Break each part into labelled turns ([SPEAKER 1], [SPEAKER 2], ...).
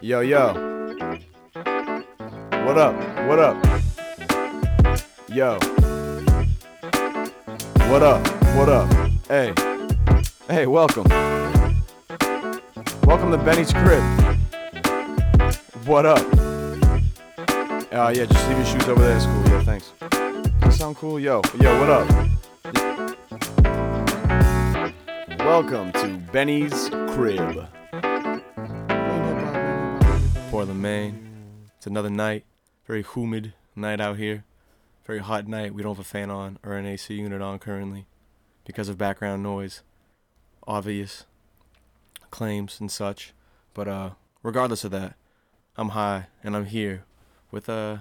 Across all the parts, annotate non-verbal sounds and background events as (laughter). [SPEAKER 1] Yo, yo. What up? What up? Yo. What up? What up? Hey. Hey, welcome. Welcome to Benny's crib. What up? Uh, yeah, just leave your shoes over there. It's cool. Yeah, thanks. Does that sound cool? Yo, yo, what up? Welcome to Benny's crib.
[SPEAKER 2] Portland, Maine. It's another night. Very humid night out here. Very hot night. We don't have a fan on or an AC unit on currently because of background noise, obvious claims and such. But uh, regardless of that, I'm high and I'm here with uh,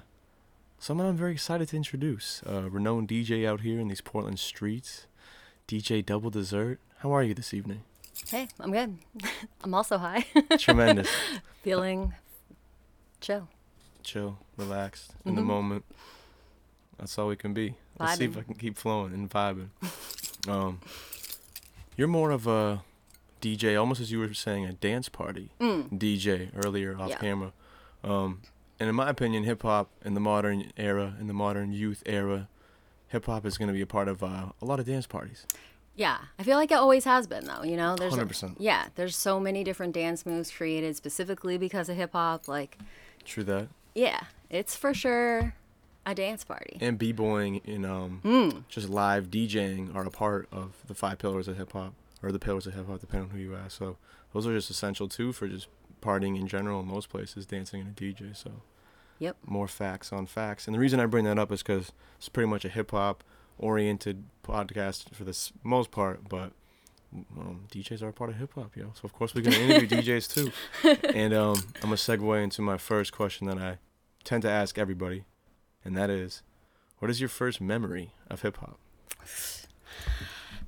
[SPEAKER 2] someone I'm very excited to introduce. A renowned DJ out here in these Portland streets. DJ Double Dessert. How are you this evening?
[SPEAKER 3] Hey, I'm good. (laughs) I'm also high.
[SPEAKER 2] Tremendous.
[SPEAKER 3] (laughs) Feeling chill.
[SPEAKER 2] chill, relaxed, in the moment. That's all we can be. Let's see if
[SPEAKER 3] Mm-hmm. Vibing.
[SPEAKER 2] I can keep flowing and vibing. (laughs) um, you're more of a DJ, almost as you were saying, a dance party
[SPEAKER 3] Mm,
[SPEAKER 2] DJ earlier off
[SPEAKER 3] Yeah.
[SPEAKER 2] camera. Um, and in my opinion, hip hop in the modern era, in the modern youth era, hip hop is going to be a part of uh, a lot of dance parties.
[SPEAKER 3] Yeah, I feel like it always has been though. You know, there's
[SPEAKER 2] 100%.
[SPEAKER 3] yeah, there's so many different dance moves created specifically because of hip hop. Like,
[SPEAKER 2] True that.
[SPEAKER 3] yeah, it's for sure a dance party.
[SPEAKER 2] And b boying and um, just live DJing are a part of the five pillars of hip hop, or the pillars of hip hop, depending on who you ask. So those are just essential too for just partying in general in most places, dancing and a DJ. So
[SPEAKER 3] Yep.
[SPEAKER 2] more facts on facts. And the reason I bring that up is because it's pretty much a hip hop oriented podcast for the s- most part, but um, DJs are a part of hip hop, yo. So of course we're gonna interview DJs too. And um, I'm gonna segue into my first question that I tend to ask everybody, and that is, what is your first memory of hip hop?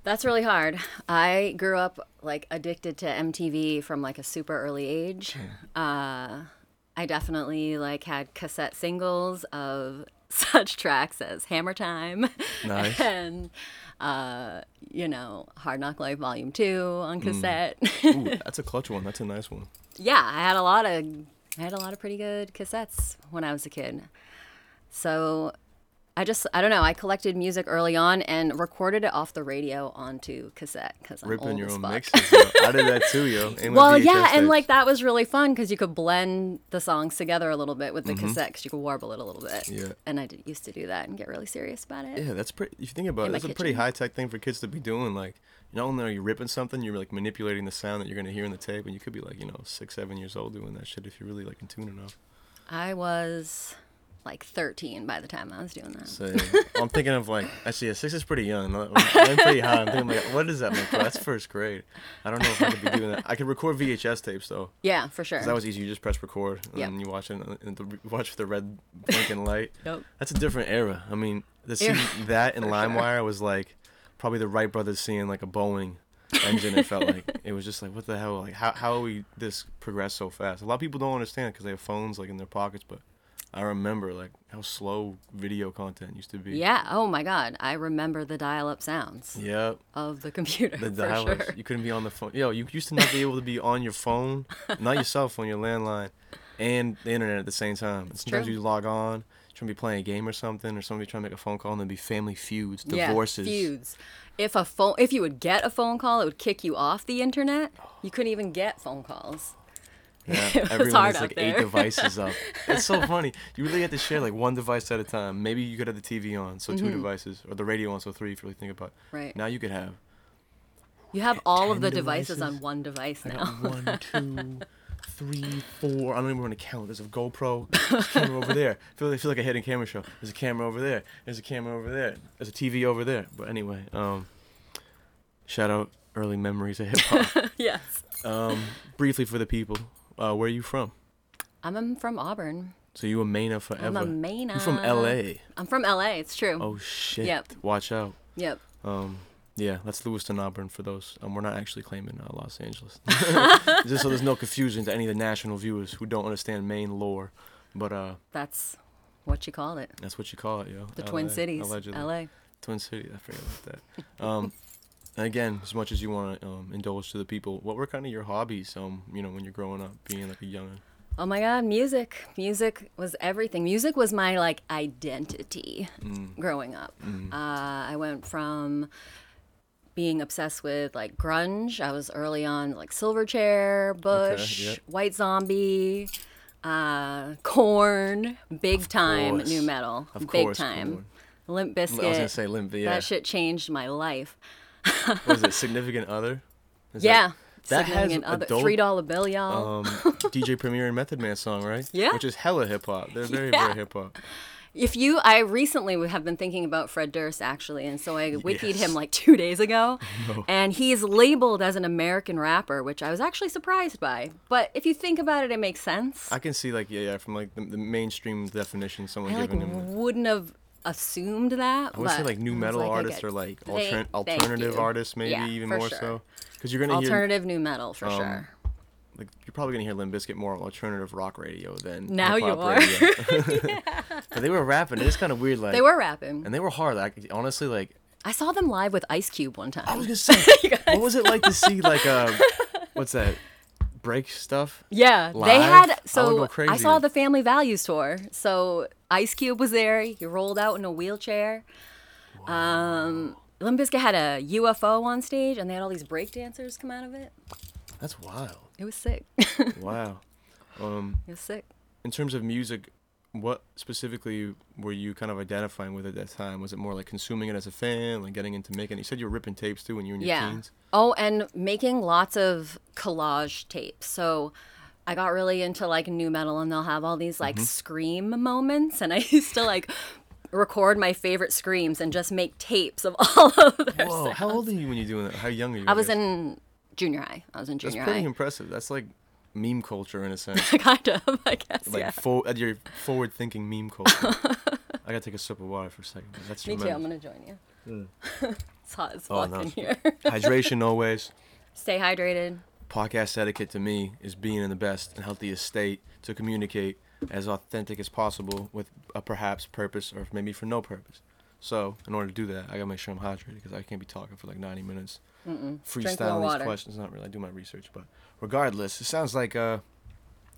[SPEAKER 3] That's really hard. I grew up like addicted to MTV from like a super early age. Uh, I definitely like had cassette singles of (laughs) such tracks as Hammer Time
[SPEAKER 2] Nice.
[SPEAKER 3] and uh, you know Hard Knock Life Volume Two on cassette. (laughs)
[SPEAKER 2] Ooh, that's a clutch one. That's a nice one.
[SPEAKER 3] yeah, I had a lot of I had a lot of pretty good cassettes when I was a kid. So I just I don't know, I collected music early on and recorded it off the radio onto cassette cuz I'm
[SPEAKER 2] Ripping
[SPEAKER 3] old
[SPEAKER 2] your
[SPEAKER 3] as
[SPEAKER 2] own
[SPEAKER 3] fuck.
[SPEAKER 2] mixes. Yo. I did that too,
[SPEAKER 3] (laughs)
[SPEAKER 2] yo. And with
[SPEAKER 3] Well,
[SPEAKER 2] VHS
[SPEAKER 3] yeah, and
[SPEAKER 2] tapes.
[SPEAKER 3] like that was really fun because you could blend the songs together a little bit with the cassette because you could warble it a little bit.
[SPEAKER 2] Mm-hmm. Yeah.
[SPEAKER 3] And I did, used to do that and get really serious about it.
[SPEAKER 2] Yeah, that's pretty. If you think about it,
[SPEAKER 3] my
[SPEAKER 2] that's a pretty
[SPEAKER 3] kitchen.
[SPEAKER 2] high tech thing for kids to be doing. Like, not only are you ripping something, you're like manipulating the sound that you're gonna hear in the tape, and you could be like, you know, six, seven years old doing that shit if you're really like in tune enough.
[SPEAKER 3] I was like 13 by the time I was doing that.
[SPEAKER 2] So I'm thinking of like, actually, yeah, six is pretty young. I'm- I'm pretty high. I'm thinking like, what is that? Like, bro, that's first grade. I don't know if I could be doing that. I could record VHS tapes though.
[SPEAKER 3] Yeah, for sure.
[SPEAKER 2] 'Cause That was easy. You just press record, and
[SPEAKER 3] Yep.
[SPEAKER 2] then you watch it, and- and the, watch the red blinking light. (laughs)
[SPEAKER 3] Yep.
[SPEAKER 2] That's a different era. I mean, the
[SPEAKER 3] Era.
[SPEAKER 2] scene- that
[SPEAKER 3] (laughs)
[SPEAKER 2] and LimeWire was like probably the Wright brothers seeing like a Boeing engine. It felt like it was just like, what the hell? Like, how how we this progressed so fast? A lot of people don't understand because they have phones like in their pockets, but I remember like how slow video content used to be.
[SPEAKER 3] yeah. Oh my God. I remember the dial up sounds
[SPEAKER 2] Yep.
[SPEAKER 3] of the computer.
[SPEAKER 2] The
[SPEAKER 3] for
[SPEAKER 2] dialers.
[SPEAKER 3] sure.
[SPEAKER 2] You couldn't be on the phone. Yo, you used to not be able to be on your phone, not your cell phone, your landline, and the internet at the same time. And sometimes
[SPEAKER 3] true.
[SPEAKER 2] you log on, trying to be playing a game or something, or somebody trying to make a phone call, and there'd be family feuds, divorces.
[SPEAKER 3] Yeah, feuds. If a phone, if you would get a phone call, it would kick you off the internet. You couldn't even get phone calls. (laughs)
[SPEAKER 2] Yeah,
[SPEAKER 3] was
[SPEAKER 2] everyone
[SPEAKER 3] hard
[SPEAKER 2] has
[SPEAKER 3] out
[SPEAKER 2] like eight
[SPEAKER 3] there.
[SPEAKER 2] devices
[SPEAKER 3] (laughs)
[SPEAKER 2] up. It's so funny. You really have to share like one device at a time. Maybe you could have the TV on, so
[SPEAKER 3] Mm-hmm.
[SPEAKER 2] two devices, or the radio on, so three. If you really think about it.
[SPEAKER 3] Right.
[SPEAKER 2] Now you could have
[SPEAKER 3] You have all of
[SPEAKER 2] Ten
[SPEAKER 3] the devices,
[SPEAKER 2] devices?
[SPEAKER 3] on one device
[SPEAKER 2] I
[SPEAKER 3] now.
[SPEAKER 2] got one, two, three, four. I don't even want to count. There's a GoPro. There's a camera over
[SPEAKER 3] (laughs)
[SPEAKER 2] there. I feel, I feel like a hidden camera show. There's a camera over there. There's a camera over there. There's a TV over there. But anyway, um, shout out early memories of hip
[SPEAKER 3] (laughs)
[SPEAKER 2] hop.
[SPEAKER 3] (laughs) yes.
[SPEAKER 2] um, briefly for the people, uh, where are you from?
[SPEAKER 3] I'm, I'm from Auburn.
[SPEAKER 2] So you a Maina forever?
[SPEAKER 3] I'm a Maina.
[SPEAKER 2] You from LA?
[SPEAKER 3] I'm from LA. It's true.
[SPEAKER 2] Oh shit!
[SPEAKER 3] Yep.
[SPEAKER 2] Watch out.
[SPEAKER 3] Yep.
[SPEAKER 2] Um, yeah, that's Lewiston Auburn for those. Um, we're not actually claiming uh, Los
[SPEAKER 3] (laughs)
[SPEAKER 2] Angeles, (laughs) just so there's no confusion to any of the national viewers who don't understand Maine lore. But uh,
[SPEAKER 3] That's what you call it.
[SPEAKER 2] that's what you call it, yo.
[SPEAKER 3] The
[SPEAKER 2] LA,
[SPEAKER 3] Twin Cities.
[SPEAKER 2] allegedly.
[SPEAKER 3] LA.
[SPEAKER 2] Twin City. I forgot about that. Um, and again, as much as you want to um, indulge to the people, what were kind of your hobbies? Um, you know, when you're growing up, being like a young.
[SPEAKER 3] Oh my God, music. Music was everything. Music was my like identity
[SPEAKER 2] Mm.
[SPEAKER 3] growing up. Uh, I went from being obsessed with like grunge. I was early on like Silverchair, Bush,
[SPEAKER 2] yep.
[SPEAKER 3] White Zombie, uh, Corn, big time
[SPEAKER 2] course.
[SPEAKER 3] new metal,
[SPEAKER 2] Of
[SPEAKER 3] big
[SPEAKER 2] course, Korn.
[SPEAKER 3] time. Limp
[SPEAKER 2] I was gonna
[SPEAKER 3] Bizkit.
[SPEAKER 2] say Limp. Yeah.
[SPEAKER 3] That shit changed my life.
[SPEAKER 2] Was it significant other? Is that-
[SPEAKER 3] yeah.
[SPEAKER 2] that has
[SPEAKER 3] Significant other
[SPEAKER 2] adult-
[SPEAKER 3] three dollar bill, y'all.
[SPEAKER 2] um, DJ Premier and Method Man song, right?
[SPEAKER 3] (laughs) Yeah.
[SPEAKER 2] Which is hella hip hop. They're very,
[SPEAKER 3] Yeah.
[SPEAKER 2] very hip hop.
[SPEAKER 3] If you, I recently w- have been thinking about Fred Durst actually, and so I wikied
[SPEAKER 2] Yes.
[SPEAKER 3] him like two
[SPEAKER 2] (laughs)
[SPEAKER 3] days ago, and he's labeled as an American rapper, which I was actually surprised by. But if you think about it, it makes sense.
[SPEAKER 2] I can see like yeah, yeah, from like the, the mainstream definition someone
[SPEAKER 3] I like
[SPEAKER 2] giving him.
[SPEAKER 3] wouldn't have assumed that.
[SPEAKER 2] I would say
[SPEAKER 3] but
[SPEAKER 2] like new
[SPEAKER 3] I was
[SPEAKER 2] metal
[SPEAKER 3] like, I
[SPEAKER 2] artists
[SPEAKER 3] get-
[SPEAKER 2] or like
[SPEAKER 3] Thank-
[SPEAKER 2] altern-
[SPEAKER 3] thank
[SPEAKER 2] alternative
[SPEAKER 3] you.
[SPEAKER 2] artists, maybe
[SPEAKER 3] Yeah,
[SPEAKER 2] even
[SPEAKER 3] for
[SPEAKER 2] more
[SPEAKER 3] sure.
[SPEAKER 2] so. Because you're gonna hear
[SPEAKER 3] alternative new metal for
[SPEAKER 2] Um,
[SPEAKER 3] sure.
[SPEAKER 2] like you're probably gonna hear Limp Bizkit more on alternative rock radio than
[SPEAKER 3] Now you
[SPEAKER 2] hip-hop
[SPEAKER 3] are. (laughs)
[SPEAKER 2] radio. (laughs) but they were rapping. It's kind of weird. Like
[SPEAKER 3] They were rapping.
[SPEAKER 2] and they were hard. Like honestly, like
[SPEAKER 3] I saw them live with Ice Cube one time.
[SPEAKER 2] I was
[SPEAKER 3] (laughs)
[SPEAKER 2] gonna say, what was it like to see like uh, what's that break stuff?
[SPEAKER 3] Yeah, they
[SPEAKER 2] Live? I
[SPEAKER 3] had
[SPEAKER 2] would go
[SPEAKER 3] so I
[SPEAKER 2] crazy.
[SPEAKER 3] saw the Family Values tour. So Ice Cube was there. He rolled out in a wheelchair. Um, Limp Bizkit had a UFO on stage, and they had all these break dancers come out of it.
[SPEAKER 2] That's wild.
[SPEAKER 3] It was sick. (laughs) it
[SPEAKER 2] Wow.
[SPEAKER 3] was sick.
[SPEAKER 2] In terms of music, what specifically were you kind of identifying with at that time? Was it more like consuming it as a fan, like getting into making? You said you were ripping tapes too when you were in your
[SPEAKER 3] Yeah.
[SPEAKER 2] teens.
[SPEAKER 3] Oh, and making lots of collage tapes. So I got really into like new metal, and they'll have all these
[SPEAKER 2] Mm-hmm.
[SPEAKER 3] like scream moments, and I (laughs) used to like record my favorite screams and just make tapes of (laughs) all of their
[SPEAKER 2] Whoa, how old are you when you're doing that? How young are you?
[SPEAKER 3] I was
[SPEAKER 2] guess?
[SPEAKER 3] in junior high. I was in
[SPEAKER 2] That's
[SPEAKER 3] junior
[SPEAKER 2] pretty
[SPEAKER 3] high. (laughs)
[SPEAKER 2] impressive. That's like meme culture in a sense.
[SPEAKER 3] kind of, I guess.
[SPEAKER 2] Like
[SPEAKER 3] yeah.
[SPEAKER 2] fo- uh, your forward-thinking meme
[SPEAKER 3] (laughs)
[SPEAKER 2] culture. I gotta take a sip of water for a second. That's
[SPEAKER 3] Me too. I'm
[SPEAKER 2] tremendous.
[SPEAKER 3] gonna join you. (laughs) it's hot as
[SPEAKER 2] Oh,
[SPEAKER 3] fuck
[SPEAKER 2] no.
[SPEAKER 3] in here.
[SPEAKER 2] Hydration always.
[SPEAKER 3] (laughs) Stay hydrated.
[SPEAKER 2] podcast etiquette to me is being in the best and healthiest state to communicate as authentic as possible with a perhaps purpose or maybe for no purpose. So, in order to do that, I gotta make sure I'm hydrated because I can't be talking for like 90 minutes,
[SPEAKER 3] Drink more
[SPEAKER 2] freestyling these
[SPEAKER 3] water.
[SPEAKER 2] questions. Not really, I do my research, but regardless, it sounds like uh,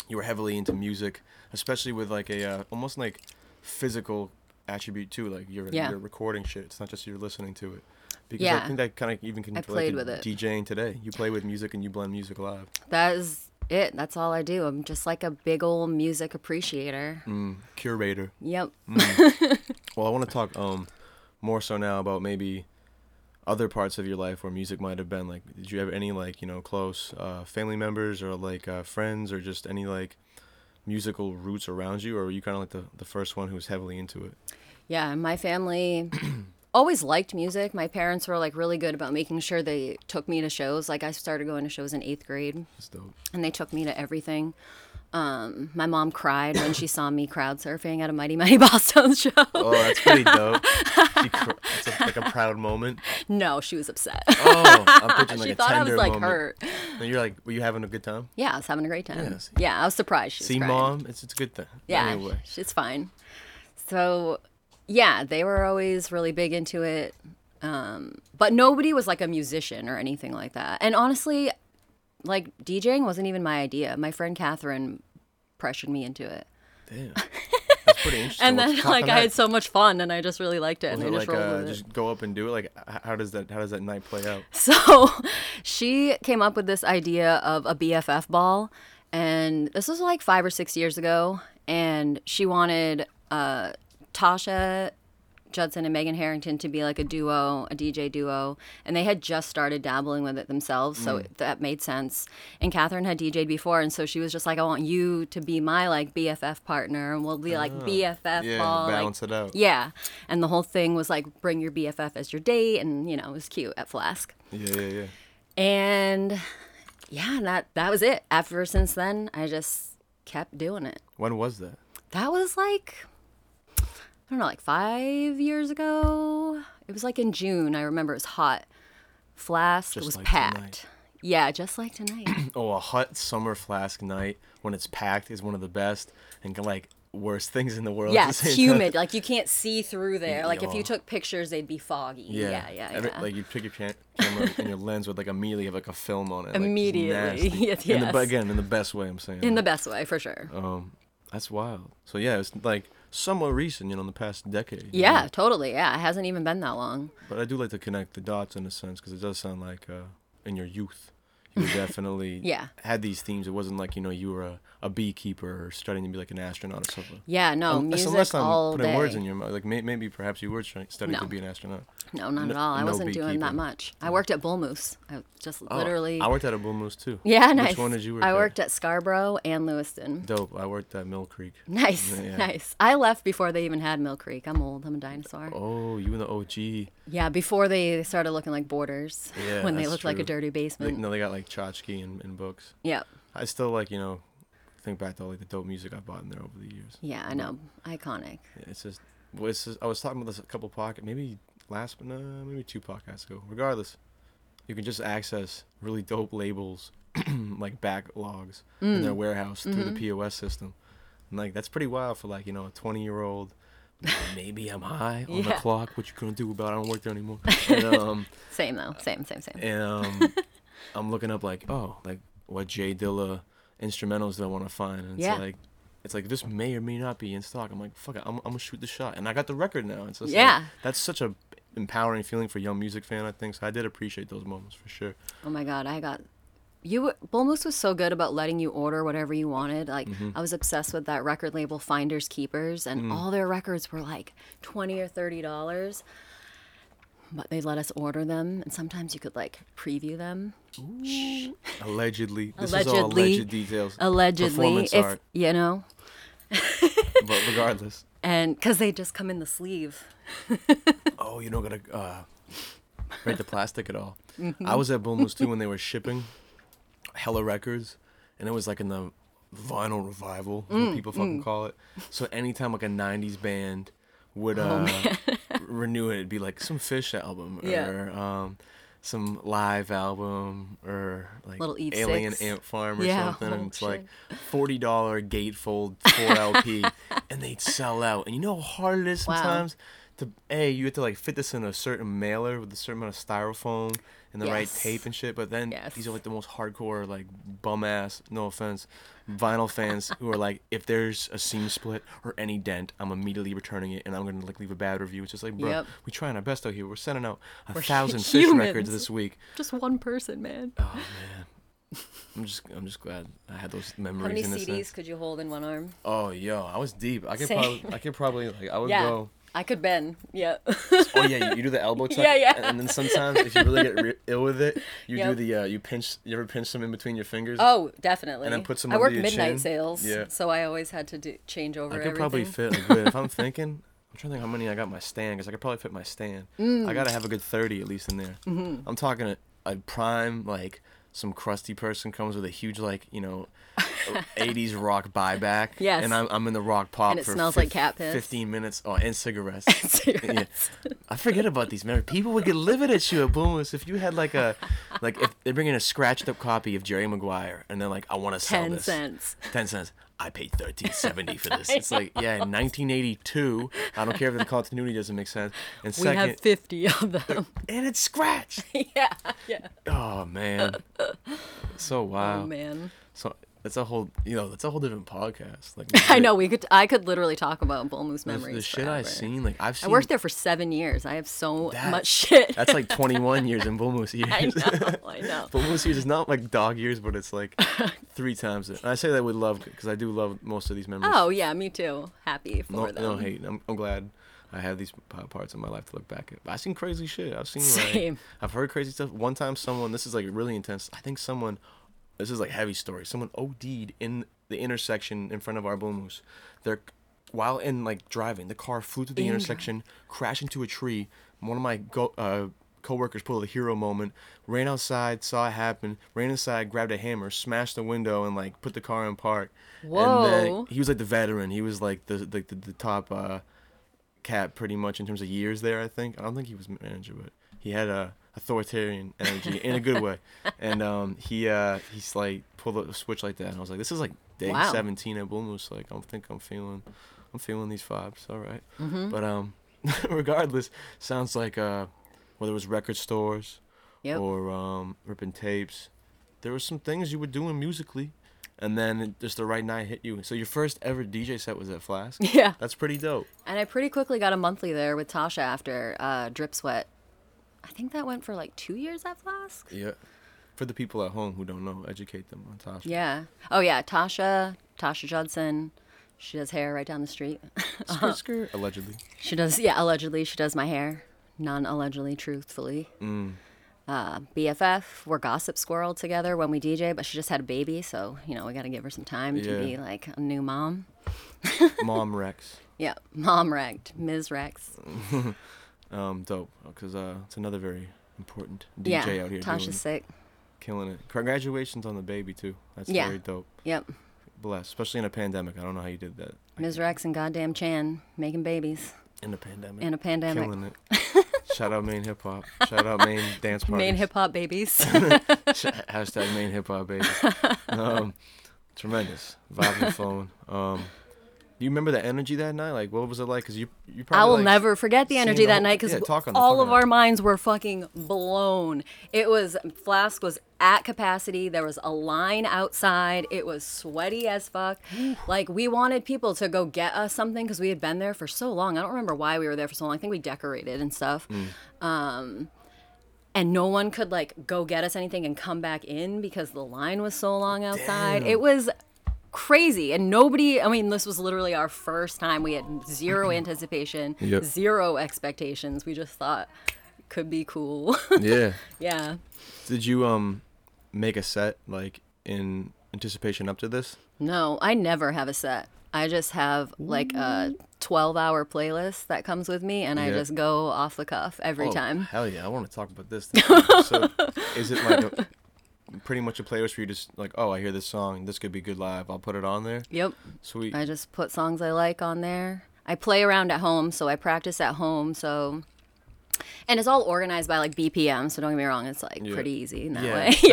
[SPEAKER 2] you were heavily into music, especially with like a uh, almost like physical attribute too. Like you're
[SPEAKER 3] Yeah.
[SPEAKER 2] you're recording shit. It's not just you're listening to it. Because I
[SPEAKER 3] Yeah.
[SPEAKER 2] think that kind of even can
[SPEAKER 3] I
[SPEAKER 2] relate
[SPEAKER 3] played
[SPEAKER 2] to
[SPEAKER 3] with it.
[SPEAKER 2] DJing today. You play with music and you blend music live.
[SPEAKER 3] That is it. That's all I do. I'm just like a big old music appreciator.
[SPEAKER 2] Mm. curator.
[SPEAKER 3] Yep.
[SPEAKER 2] Mm. Well, I want to talk um more so now about maybe other parts of your life where music might have been like did you have any like, you know, close uh family members or like uh friends or just any like musical roots around you or were you kind of like the, the first one who was heavily into it?
[SPEAKER 3] Yeah. My family (clears throat) always liked music. My parents were like really good about making sure they took me to shows. Like I started going to shows in eighth grade.
[SPEAKER 2] That's dope.
[SPEAKER 3] and they took me to everything. Um, my mom cried when she saw me crowd surfing at a Mighty Mighty (laughs) Boston show.
[SPEAKER 2] Oh, that's pretty dope. She cr- it's a, like a proud moment.
[SPEAKER 3] No, she was upset.
[SPEAKER 2] Oh, I'm picturing like
[SPEAKER 3] (laughs) she
[SPEAKER 2] a
[SPEAKER 3] thought I
[SPEAKER 2] tender
[SPEAKER 3] was like
[SPEAKER 2] moment.
[SPEAKER 3] hurt.
[SPEAKER 2] And you're like, were you having a good time?
[SPEAKER 3] Yeah, I was having a great time.
[SPEAKER 2] Yes.
[SPEAKER 3] Yeah, I was surprised she was
[SPEAKER 2] See,
[SPEAKER 3] crying.
[SPEAKER 2] mom, it's it's a good thing.
[SPEAKER 3] Yeah,
[SPEAKER 2] Anyway.
[SPEAKER 3] sh- it's fine. So, yeah, they were always really big into it. Um, but nobody was like a musician or anything like that. And honestly, like DJing wasn't even my idea. My friend Catherine pressured me into it.
[SPEAKER 2] Damn. That's pretty interesting.
[SPEAKER 3] and
[SPEAKER 2] Well,
[SPEAKER 3] then (laughs)
[SPEAKER 2] talk on
[SPEAKER 3] like I
[SPEAKER 2] that.
[SPEAKER 3] had so much fun, and I just really liked it, and
[SPEAKER 2] Was
[SPEAKER 3] I
[SPEAKER 2] it
[SPEAKER 3] just
[SPEAKER 2] like
[SPEAKER 3] rolled
[SPEAKER 2] uh,
[SPEAKER 3] with it.
[SPEAKER 2] just go up and do it? Like h- how does that how does that night play out?
[SPEAKER 3] (laughs) So she came up with this idea of a BFF ball, and this was like five or six years ago, and she wanted uh, Tasha Judson and Megan Harrington to be like a duo, a DJ duo, and they had just started dabbling with it themselves, so
[SPEAKER 2] Mm.
[SPEAKER 3] it- that made sense. And Catherine had DJ'd before, and so she was just like, "I want you to be my like BFF partner, and we'll be like BFF
[SPEAKER 2] Oh. yeah,
[SPEAKER 3] ball, like,
[SPEAKER 2] balance it out.
[SPEAKER 3] yeah. And the whole thing was like, bring your BFF as your date. And, you know, it was cute at Flask.
[SPEAKER 2] Yeah, yeah, yeah.
[SPEAKER 3] And yeah, and that, that was it. Ever since then, I just kept doing it.
[SPEAKER 2] When was that?
[SPEAKER 3] That was like, I don't know, like five years ago. It was like in June. I remember it was hot. Flask
[SPEAKER 2] Just
[SPEAKER 3] was
[SPEAKER 2] like tonight.
[SPEAKER 3] packed. Yeah, just
[SPEAKER 2] (coughs)
[SPEAKER 3] like tonight.
[SPEAKER 2] Oh, a hot summer flask night when it's packed is one of the best. And like worst things in the world. at
[SPEAKER 3] yeah,
[SPEAKER 2] the
[SPEAKER 3] it's
[SPEAKER 2] same time.
[SPEAKER 3] humid. Like you can't see through there. Like if
[SPEAKER 2] Yeah.
[SPEAKER 3] you took pictures, they'd be foggy.
[SPEAKER 2] (laughs) Yeah,
[SPEAKER 3] Yeah, yeah, yeah.
[SPEAKER 2] Every- like you pick your cam-
[SPEAKER 3] (laughs)
[SPEAKER 2] camera and your lens would like immediately have like a film on it. like, just
[SPEAKER 3] Immediately,
[SPEAKER 2] nasty.
[SPEAKER 3] (laughs) yes,
[SPEAKER 2] In the, but
[SPEAKER 3] yes.
[SPEAKER 2] again, in the best way, I'm saying.
[SPEAKER 3] in the best way, for sure.
[SPEAKER 2] um, that's wild. So yeah, it's like somewhat recent, you know, in the past decade. you
[SPEAKER 3] yeah,
[SPEAKER 2] know?
[SPEAKER 3] totally. Yeah, it hasn't even been that long.
[SPEAKER 2] But I do like to connect the dots in a sense because it does sound like uh, in your youth,
[SPEAKER 3] (laughs)
[SPEAKER 2] you were definitely
[SPEAKER 3] Yeah.
[SPEAKER 2] had these themes. It wasn't like you know you were a, a beekeeper or studying to be like an astronaut or something.
[SPEAKER 3] Yeah, no,
[SPEAKER 2] Unless-
[SPEAKER 3] music
[SPEAKER 2] unless I'm
[SPEAKER 3] all
[SPEAKER 2] putting
[SPEAKER 3] day.
[SPEAKER 2] words in your mouth, like may, maybe perhaps you were trying, studying to
[SPEAKER 3] No.
[SPEAKER 2] be an astronaut.
[SPEAKER 3] no, not
[SPEAKER 2] no-
[SPEAKER 3] at all. I
[SPEAKER 2] no
[SPEAKER 3] wasn't doing that
[SPEAKER 2] beekeeping.
[SPEAKER 3] much. I worked at Bull Moose. I just
[SPEAKER 2] Oh,
[SPEAKER 3] literally.
[SPEAKER 2] I worked at a bull moose too.
[SPEAKER 3] yeah, nice.
[SPEAKER 2] Which one did you work
[SPEAKER 3] I
[SPEAKER 2] at?
[SPEAKER 3] worked at Scarborough and Lewiston. (laughs)
[SPEAKER 2] Dope. I worked at Mill Creek.
[SPEAKER 3] Nice,
[SPEAKER 2] Yeah.
[SPEAKER 3] nice. I left before they even had Mill Creek. I'm old. I'm a dinosaur.
[SPEAKER 2] Oh, you and the OG.
[SPEAKER 3] Yeah, before they started looking like borders.
[SPEAKER 2] Yeah,
[SPEAKER 3] (laughs) when they
[SPEAKER 2] that's
[SPEAKER 3] looked like a
[SPEAKER 2] true.
[SPEAKER 3] dirty
[SPEAKER 2] They,
[SPEAKER 3] basement.
[SPEAKER 2] no, they got like tchotchke and, and books.
[SPEAKER 3] Yep.
[SPEAKER 2] I still like, you know, think back to all like the dope music I bought in there over the years.
[SPEAKER 3] Yeah, I know. Iconic.
[SPEAKER 2] It's just, well, it's just I was talking about this a couple pocket, maybe last, but no, maybe two podcasts ago. Regardless, you can just access really dope labels, (clears throat) like backlogs in their warehouse through the POS system. And like, that's pretty wild for like, you know, a 20 year old. Maybe I'm high on the
[SPEAKER 3] Yeah.
[SPEAKER 2] clock. What you gonna do about? It? I don't work there anymore. And, um,
[SPEAKER 3] Same though. Same, same, same.
[SPEAKER 2] and
[SPEAKER 3] (laughs)
[SPEAKER 2] um, I'm looking up like, oh, like what Jay Dilla instrumentals do I want to find? And it's
[SPEAKER 3] Yeah.
[SPEAKER 2] like, it's like this may or may not be in stock. I'm like, fuck it, I'm, I'm gonna shoot the shot, and I got the record now. It's just like-
[SPEAKER 3] Yeah.
[SPEAKER 2] that's such a empowering feeling for a young music fan. I think so. I did appreciate those moments for
[SPEAKER 3] (laughs)
[SPEAKER 2] sure.
[SPEAKER 3] Oh my god, I got you. were- Bull Moose was so good about letting you order whatever you wanted. Like
[SPEAKER 2] Mm-hmm.
[SPEAKER 3] I was obsessed with that record label Finders Keepers, and
[SPEAKER 2] Mm.
[SPEAKER 3] all their records were like twenty or thirty dollars. But they let us order them, and sometimes you could like preview them.
[SPEAKER 2] Allegedly, this is all
[SPEAKER 3] Allegedly.
[SPEAKER 2] alleged details.
[SPEAKER 3] Allegedly,
[SPEAKER 2] performance
[SPEAKER 3] if
[SPEAKER 2] art,
[SPEAKER 3] you know,
[SPEAKER 2] but regardless.
[SPEAKER 3] and because they just come in the sleeve.
[SPEAKER 2] Oh, you're not gonna uh, rent
[SPEAKER 3] (laughs)
[SPEAKER 2] the plastic at all.
[SPEAKER 3] Mm-hmm.
[SPEAKER 2] I was at Bull Moose too when they were shipping Hella Records, and it was like in the vinyl revival, is
[SPEAKER 3] Mm,
[SPEAKER 2] what people fucking call it. So anytime like a '90s band would
[SPEAKER 3] Oh,
[SPEAKER 2] uh, renew it, it'd be like some Fish album or
[SPEAKER 3] Yeah.
[SPEAKER 2] um, some live album or like
[SPEAKER 3] Little Eve
[SPEAKER 2] Alien
[SPEAKER 3] Six.
[SPEAKER 2] Ant Farm or
[SPEAKER 3] Yeah,
[SPEAKER 2] something. And
[SPEAKER 3] oh,
[SPEAKER 2] it's like forty dollar
[SPEAKER 3] (laughs)
[SPEAKER 2] gatefold four LP, and they'd sell out. And you know how hard it is
[SPEAKER 3] Wow.
[SPEAKER 2] sometimes to a you have to like fit this in a certain mailer with a certain amount of styrofoam and the right
[SPEAKER 3] Yes.
[SPEAKER 2] tape and shit. But then these are
[SPEAKER 3] Yes.
[SPEAKER 2] like the most hardcore like bum ass, no offense, vinyl fans who are like, if there's a seam split or any dent, I'm immediately returning it and I'm gonna like leave a bad review. It's just like, bro,
[SPEAKER 3] Yep.
[SPEAKER 2] we're trying our best out here. We're sending out a
[SPEAKER 3] We're (laughs)
[SPEAKER 2] thousand fish
[SPEAKER 3] humans.
[SPEAKER 2] records this week.
[SPEAKER 3] Just one person, man.
[SPEAKER 2] Oh man. I'm just, I'm just glad I had those memories.
[SPEAKER 3] How many
[SPEAKER 2] in a sense.
[SPEAKER 3] CDs could you hold in one arm?
[SPEAKER 2] Oh, yo, I was deep. I could
[SPEAKER 3] Same.
[SPEAKER 2] probably, I could probably, like, I would
[SPEAKER 3] Yeah,
[SPEAKER 2] go.
[SPEAKER 3] I could bend.
[SPEAKER 2] (laughs)
[SPEAKER 3] Yeah.
[SPEAKER 2] Oh yeah, you, you do the elbow tuck.
[SPEAKER 3] (laughs) Yeah, yeah.
[SPEAKER 2] And, then sometimes, if you really get re- ill with it, you do
[SPEAKER 3] Yep.
[SPEAKER 2] the, uh, you pinch, you ever pinch some in between your fingers?
[SPEAKER 3] Oh, definitely.
[SPEAKER 2] And then put some
[SPEAKER 3] I
[SPEAKER 2] under
[SPEAKER 3] worked
[SPEAKER 2] your
[SPEAKER 3] midnight
[SPEAKER 2] chin.
[SPEAKER 3] sales,
[SPEAKER 2] Yeah.
[SPEAKER 3] so I always had to do change over.
[SPEAKER 2] I could
[SPEAKER 3] everything.
[SPEAKER 2] probably fit a good. If
[SPEAKER 3] (laughs)
[SPEAKER 2] I'm thinking, I'm trying to think how many I got in my stand because I could probably fit my stand.
[SPEAKER 3] Mm.
[SPEAKER 2] I gotta have a good thirty at least in there.
[SPEAKER 3] Mm-hmm.
[SPEAKER 2] I'm talking a, a prime like some crusty person comes with a huge like you
[SPEAKER 3] (laughs)
[SPEAKER 2] know. 80s rock buyback,
[SPEAKER 3] Yes.
[SPEAKER 2] and I'm, I'm in the rock pop.
[SPEAKER 3] And it
[SPEAKER 2] for
[SPEAKER 3] smells
[SPEAKER 2] fif-
[SPEAKER 3] like cat piss.
[SPEAKER 2] 15 minutes, oh, and
[SPEAKER 3] (laughs)
[SPEAKER 2] cigarettes. Yeah.
[SPEAKER 3] Cigarettes.
[SPEAKER 2] I forget about these. Remember, people would get livid at you at Boomers if you had like a, like if they bring in a scratched up copy of Jerry Maguire and they're like, I want to sell
[SPEAKER 3] Ten
[SPEAKER 2] this.
[SPEAKER 3] cents.
[SPEAKER 2] Ten cents. I paid thirteen seventy for
[SPEAKER 3] (laughs)
[SPEAKER 2] this. It's like yeah, in 1982. I don't care if the continuity doesn't make sense. And
[SPEAKER 3] We
[SPEAKER 2] second,
[SPEAKER 3] have fifty of them. (laughs)
[SPEAKER 2] and it's scratched.
[SPEAKER 3] yeah, yeah.
[SPEAKER 2] Oh man, so wow.
[SPEAKER 3] Oh man.
[SPEAKER 2] So that's a whole you know that's a whole different podcast. Like
[SPEAKER 3] (laughs) I know we could. I could literally talk about Bull Moose
[SPEAKER 2] the,
[SPEAKER 3] memories.
[SPEAKER 2] the shit I've
[SPEAKER 3] forever.
[SPEAKER 2] seen. Like I've
[SPEAKER 3] I
[SPEAKER 2] seen.
[SPEAKER 3] worked there for seven years. I have so
[SPEAKER 2] that-
[SPEAKER 3] much (laughs) shit.
[SPEAKER 2] That's like 21 years in Bull Moose years.
[SPEAKER 3] (laughs)
[SPEAKER 2] (laughs)
[SPEAKER 3] I know. I know.
[SPEAKER 2] But most years, it's not like dog years, but it's
[SPEAKER 3] (laughs)
[SPEAKER 2] like three times it. And I say that with love because I do love most of these memories.
[SPEAKER 3] Oh yeah, me too. Happy for
[SPEAKER 2] no,
[SPEAKER 3] them.
[SPEAKER 2] no hate. I'm, I'm glad I have these p- parts of my life to look back at. But I've seen crazy shit. I've seen like,
[SPEAKER 3] Same.
[SPEAKER 2] I've heard crazy stuff. One time, someone this is like really intense. I think someone this is like heavy story. Someone OD'd in the intersection in front of our bull moose. They're while in like driving, the car flew through the intersection, crashed into a tree. One of my go. Uh, Co-workers pulled a hero moment, ran outside, saw it happen, ran inside, grabbed a hammer, smashed the window, and like put the car in park. And then
[SPEAKER 3] Whoa.
[SPEAKER 2] he was like the veteran. He was like the the, the, the top uh, cat pretty much in terms of years there. I think I don't think he was manager, but he had a I authoritarian energy in a good way.
[SPEAKER 3] (laughs)
[SPEAKER 2] And um, he uh, he's like pulled a switch like that, and I was like, this is like day
[SPEAKER 3] Wow.
[SPEAKER 2] 17 at Bloomers. Like I don't think I'm feeling, I'm feeling these vibes. All right.
[SPEAKER 3] Mm-hmm.
[SPEAKER 2] But um, (laughs) regardless, sounds like uh, whether it was record stores
[SPEAKER 3] Yep.
[SPEAKER 2] or um, ripping tapes, there were some things you were doing musically, and then it- just the right night hit you. So your first ever DJ set was at Flask.
[SPEAKER 3] (laughs) Yeah.
[SPEAKER 2] That's pretty dope.
[SPEAKER 3] And I pretty quickly got a monthly there with Tasha after uh, Drip Sweat. I think that went for like two years at Flask.
[SPEAKER 2] Yeah. For the people at home who don't know, educate them on Tasha.
[SPEAKER 3] Yeah. Oh yeah, Tasha, Tasha Judson. She does hair right down the street. Uh-huh.
[SPEAKER 2] Skirt, skirt.
[SPEAKER 3] (laughs)
[SPEAKER 2] Allegedly.
[SPEAKER 3] she does yeah, allegedly she does my hair. Non allegedly, truthfully.
[SPEAKER 2] Mm.
[SPEAKER 3] Uh, BFF, we're Gossip Squirrel together when we DJ, but she just had a baby, so you know we got to give her some time
[SPEAKER 2] Yeah.
[SPEAKER 3] to be like a new mom.
[SPEAKER 2] Mom Rex.
[SPEAKER 3] Yeah, mom wrecked, Ms. Rex.
[SPEAKER 2] Um, dope. Because uh, it's another very important DJ
[SPEAKER 3] yeah,
[SPEAKER 2] out here
[SPEAKER 3] Tasha's
[SPEAKER 2] doing,
[SPEAKER 3] sick.
[SPEAKER 2] killing it. Congratulations on the baby too. That's
[SPEAKER 3] Yeah.
[SPEAKER 2] very dope.
[SPEAKER 3] Yep,
[SPEAKER 2] Blessed, especially in a pandemic. I don't know how you did that. I-
[SPEAKER 3] Ms. Rex and goddamn Chan making babies
[SPEAKER 2] in a pandemic.
[SPEAKER 3] in a pandemic.
[SPEAKER 2] Killing it.
[SPEAKER 3] (laughs)
[SPEAKER 2] Shout out Maine hip hop. Shout out Maine dance parties.
[SPEAKER 3] Main hip hop babies.
[SPEAKER 2] (laughs) Hashtag Maine hip hop
[SPEAKER 3] (laughs)
[SPEAKER 2] baby. Um, tremendous vibe and flowing. Um, do you remember the energy that night? Like, what was it like? Cause you, you probably.
[SPEAKER 3] I will
[SPEAKER 2] like,
[SPEAKER 3] never forget the
[SPEAKER 2] seeing
[SPEAKER 3] energy
[SPEAKER 2] the
[SPEAKER 3] that
[SPEAKER 2] whole-
[SPEAKER 3] night because
[SPEAKER 2] yeah, talk on that,
[SPEAKER 3] all
[SPEAKER 2] talk
[SPEAKER 3] of
[SPEAKER 2] on
[SPEAKER 3] our
[SPEAKER 2] that.
[SPEAKER 3] minds were fucking blown. It was Flask was at capacity. There was a line outside. It was sweaty as fuck. like we wanted people to go get us something because we had been there for so long. I don't remember why we were there for so long. I think we decorated and stuff.
[SPEAKER 2] Mm.
[SPEAKER 3] Um, and no one could like go get us anything and come back in because the line was so long outside. It was crazy and nobody i mean this was literally our first time we had
[SPEAKER 2] (laughs)
[SPEAKER 3] zero anticipation
[SPEAKER 2] Yep.
[SPEAKER 3] zero expectations we just thought could be cool (laughs)
[SPEAKER 2] Yeah.
[SPEAKER 3] yeah
[SPEAKER 2] Did you um make a set like in anticipation up to this?
[SPEAKER 3] no i never have a set i just have like a 12 hour playlist that comes with me and i
[SPEAKER 2] Yeah.
[SPEAKER 3] just go off the cuff every
[SPEAKER 2] Oh,
[SPEAKER 3] time
[SPEAKER 2] Hell yeah, I want to talk about this. thing. so, is it like a, pretty much a playlist where you just like, oh, I hear this song, this could be good live, I'll put it on there.
[SPEAKER 3] yep
[SPEAKER 2] Sweet.
[SPEAKER 3] i just put songs i like on there i play around at home so i practice at home so and it's all organized by like bpm so don't get me wrong it's like
[SPEAKER 2] Yeah.
[SPEAKER 3] pretty easy in that
[SPEAKER 2] yeah,
[SPEAKER 3] way (laughs)
[SPEAKER 2] that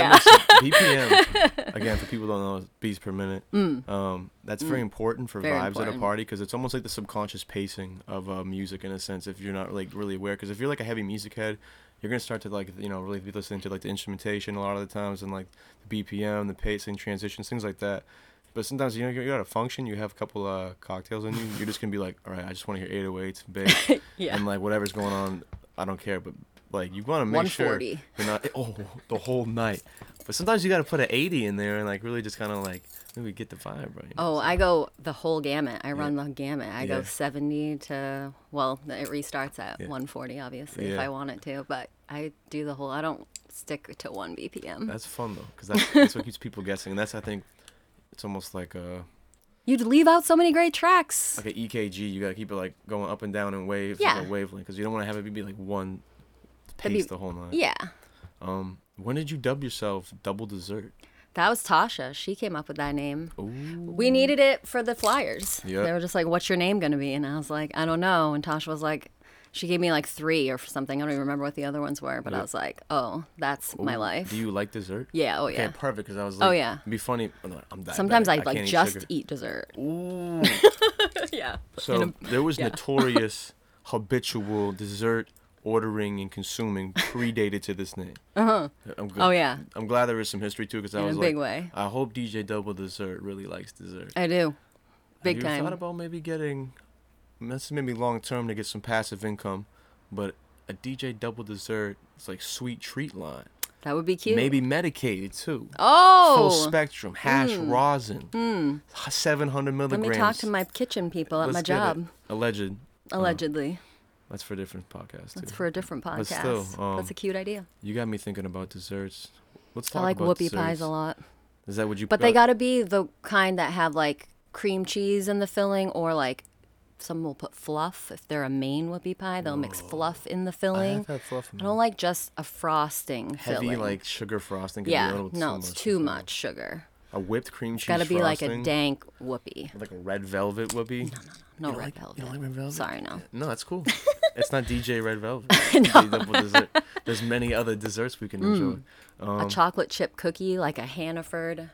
[SPEAKER 3] yeah
[SPEAKER 2] makes sense.
[SPEAKER 3] (laughs)
[SPEAKER 2] BPM again for people who don't know is beats per minute. Um, that's very important for
[SPEAKER 3] Mm. Very
[SPEAKER 2] vibes at a
[SPEAKER 3] important.
[SPEAKER 2] party because it's almost like the subconscious pacing of uh, music in a sense. If you're not like really aware, because if you're like a heavy music head, you're gonna start to like you know really be listening to like the instrumentation a lot of the times and like the BPM, the pacing, transitions, things like that. But sometimes you know you're at a function, you have a couple uh, cocktails in you, you're just gonna be like, all right, I just want to hear 808s, bass,
[SPEAKER 3] (laughs) Yeah.
[SPEAKER 2] and like whatever's going on, I don't care. But like you want to make sure
[SPEAKER 3] 140.
[SPEAKER 2] you're not oh the whole night. But sometimes you got to put an 80 in there and like really just kind of like maybe get the vibe right.
[SPEAKER 3] Oh, I go the whole gamut. I run the gamut. I
[SPEAKER 2] Yeah.
[SPEAKER 3] go 70 to, well, it restarts at 140, obviously, if
[SPEAKER 2] Yeah.
[SPEAKER 3] I want it to, but I do the whole, I don't stick to one BPM.
[SPEAKER 2] That's fun though, because that's, that's what keeps people guessing, and that's I think it's almost like a
[SPEAKER 3] You'd leave out so many great tracks.
[SPEAKER 2] like an EKG. You got to keep it like going up and down in waves, like
[SPEAKER 3] Yeah.
[SPEAKER 2] a wavelength, because you don't want to have it be like one
[SPEAKER 3] That'd
[SPEAKER 2] pace
[SPEAKER 3] be-
[SPEAKER 2] the whole night.
[SPEAKER 3] Yeah.
[SPEAKER 2] Um, when did you dub yourself double dessert?
[SPEAKER 3] That was Tasha. She came up with that name.
[SPEAKER 2] Ooh.
[SPEAKER 3] We needed it for the flyers.
[SPEAKER 2] Yep.
[SPEAKER 3] They were just like, what's your name going to be? And I was like, I don't know. And Tasha was like, she gave me like three or something. I don't even remember what the other ones were, but I was like, oh, that's my
[SPEAKER 2] Ooh,
[SPEAKER 3] life.
[SPEAKER 2] Do you like dessert?
[SPEAKER 3] yeah. Oh,
[SPEAKER 2] Okay,
[SPEAKER 3] yeah.
[SPEAKER 2] perfect. Because I was
[SPEAKER 3] Oh,
[SPEAKER 2] like,
[SPEAKER 3] yeah.
[SPEAKER 2] It'd be funny. I'm not- I'm
[SPEAKER 3] Sometimes
[SPEAKER 2] diabetic,
[SPEAKER 3] I
[SPEAKER 2] I
[SPEAKER 3] like
[SPEAKER 2] can't eat
[SPEAKER 3] just
[SPEAKER 2] sugar.
[SPEAKER 3] eat dessert. (laughs) yeah.
[SPEAKER 2] So there was
[SPEAKER 3] yeah. (laughs)
[SPEAKER 2] notorious habitual dessert ordering and consuming predated to this name. Uh huh. I'm good.
[SPEAKER 3] Oh, yeah.
[SPEAKER 2] I'm glad there is some history too, because I
[SPEAKER 3] In a
[SPEAKER 2] was
[SPEAKER 3] big
[SPEAKER 2] like,
[SPEAKER 3] way.
[SPEAKER 2] I hope DJ Double Dessert really likes dessert.
[SPEAKER 3] I do. Big
[SPEAKER 2] Have you ever
[SPEAKER 3] time.
[SPEAKER 2] thought about maybe getting? That's maybe long term to get some passive income, but a DJ Double Dessert it's like sweet treat line.
[SPEAKER 3] that would be cute.
[SPEAKER 2] Maybe medicated too. Full
[SPEAKER 3] Oh, Hmm.
[SPEAKER 2] spectrum hash rosin, seven hundred
[SPEAKER 3] let
[SPEAKER 2] milligrams.
[SPEAKER 3] me talk to my kitchen people at
[SPEAKER 2] Let's
[SPEAKER 3] my
[SPEAKER 2] get it. Uh-huh.
[SPEAKER 3] job.
[SPEAKER 2] Alleged.
[SPEAKER 3] Allegedly,
[SPEAKER 2] That's for a different podcast.
[SPEAKER 3] that's
[SPEAKER 2] too.
[SPEAKER 3] for a different
[SPEAKER 2] But
[SPEAKER 3] podcast.
[SPEAKER 2] still, um,
[SPEAKER 3] that's a cute idea.
[SPEAKER 2] You got me thinking about desserts. Let's talk
[SPEAKER 3] I like
[SPEAKER 2] about
[SPEAKER 3] whoopie pies
[SPEAKER 2] desserts.
[SPEAKER 3] a lot,
[SPEAKER 2] Is that what you?
[SPEAKER 3] but they got to be the kind that have like cream cheese in the filling, or like some will put fluff. If they're a Maine whoopie pie, they'll mix fluff in
[SPEAKER 2] Oh.
[SPEAKER 3] the
[SPEAKER 2] I
[SPEAKER 3] filling.
[SPEAKER 2] have had fluff. in
[SPEAKER 3] I
[SPEAKER 2] mine.
[SPEAKER 3] don't like just a frosting
[SPEAKER 2] heavy
[SPEAKER 3] filling.
[SPEAKER 2] like sugar frosting. can be a
[SPEAKER 3] yeah,
[SPEAKER 2] little
[SPEAKER 3] no,
[SPEAKER 2] too
[SPEAKER 3] it's
[SPEAKER 2] much
[SPEAKER 3] too
[SPEAKER 2] for me.
[SPEAKER 3] much sugar.
[SPEAKER 2] A whipped cream cheese.
[SPEAKER 3] Got to be like a
[SPEAKER 2] frosting,
[SPEAKER 3] dank whoopie.
[SPEAKER 2] Like a red velvet whoopie.
[SPEAKER 3] No red
[SPEAKER 2] like- you
[SPEAKER 3] velvet.
[SPEAKER 2] don't like red velvet?
[SPEAKER 3] Sorry, no. (laughs)
[SPEAKER 2] No, that's cool. it's not DJ Red Velvet. The double dessert. There's many other desserts we can enjoy. Um,
[SPEAKER 3] a chocolate chip cookie, like a Hannaford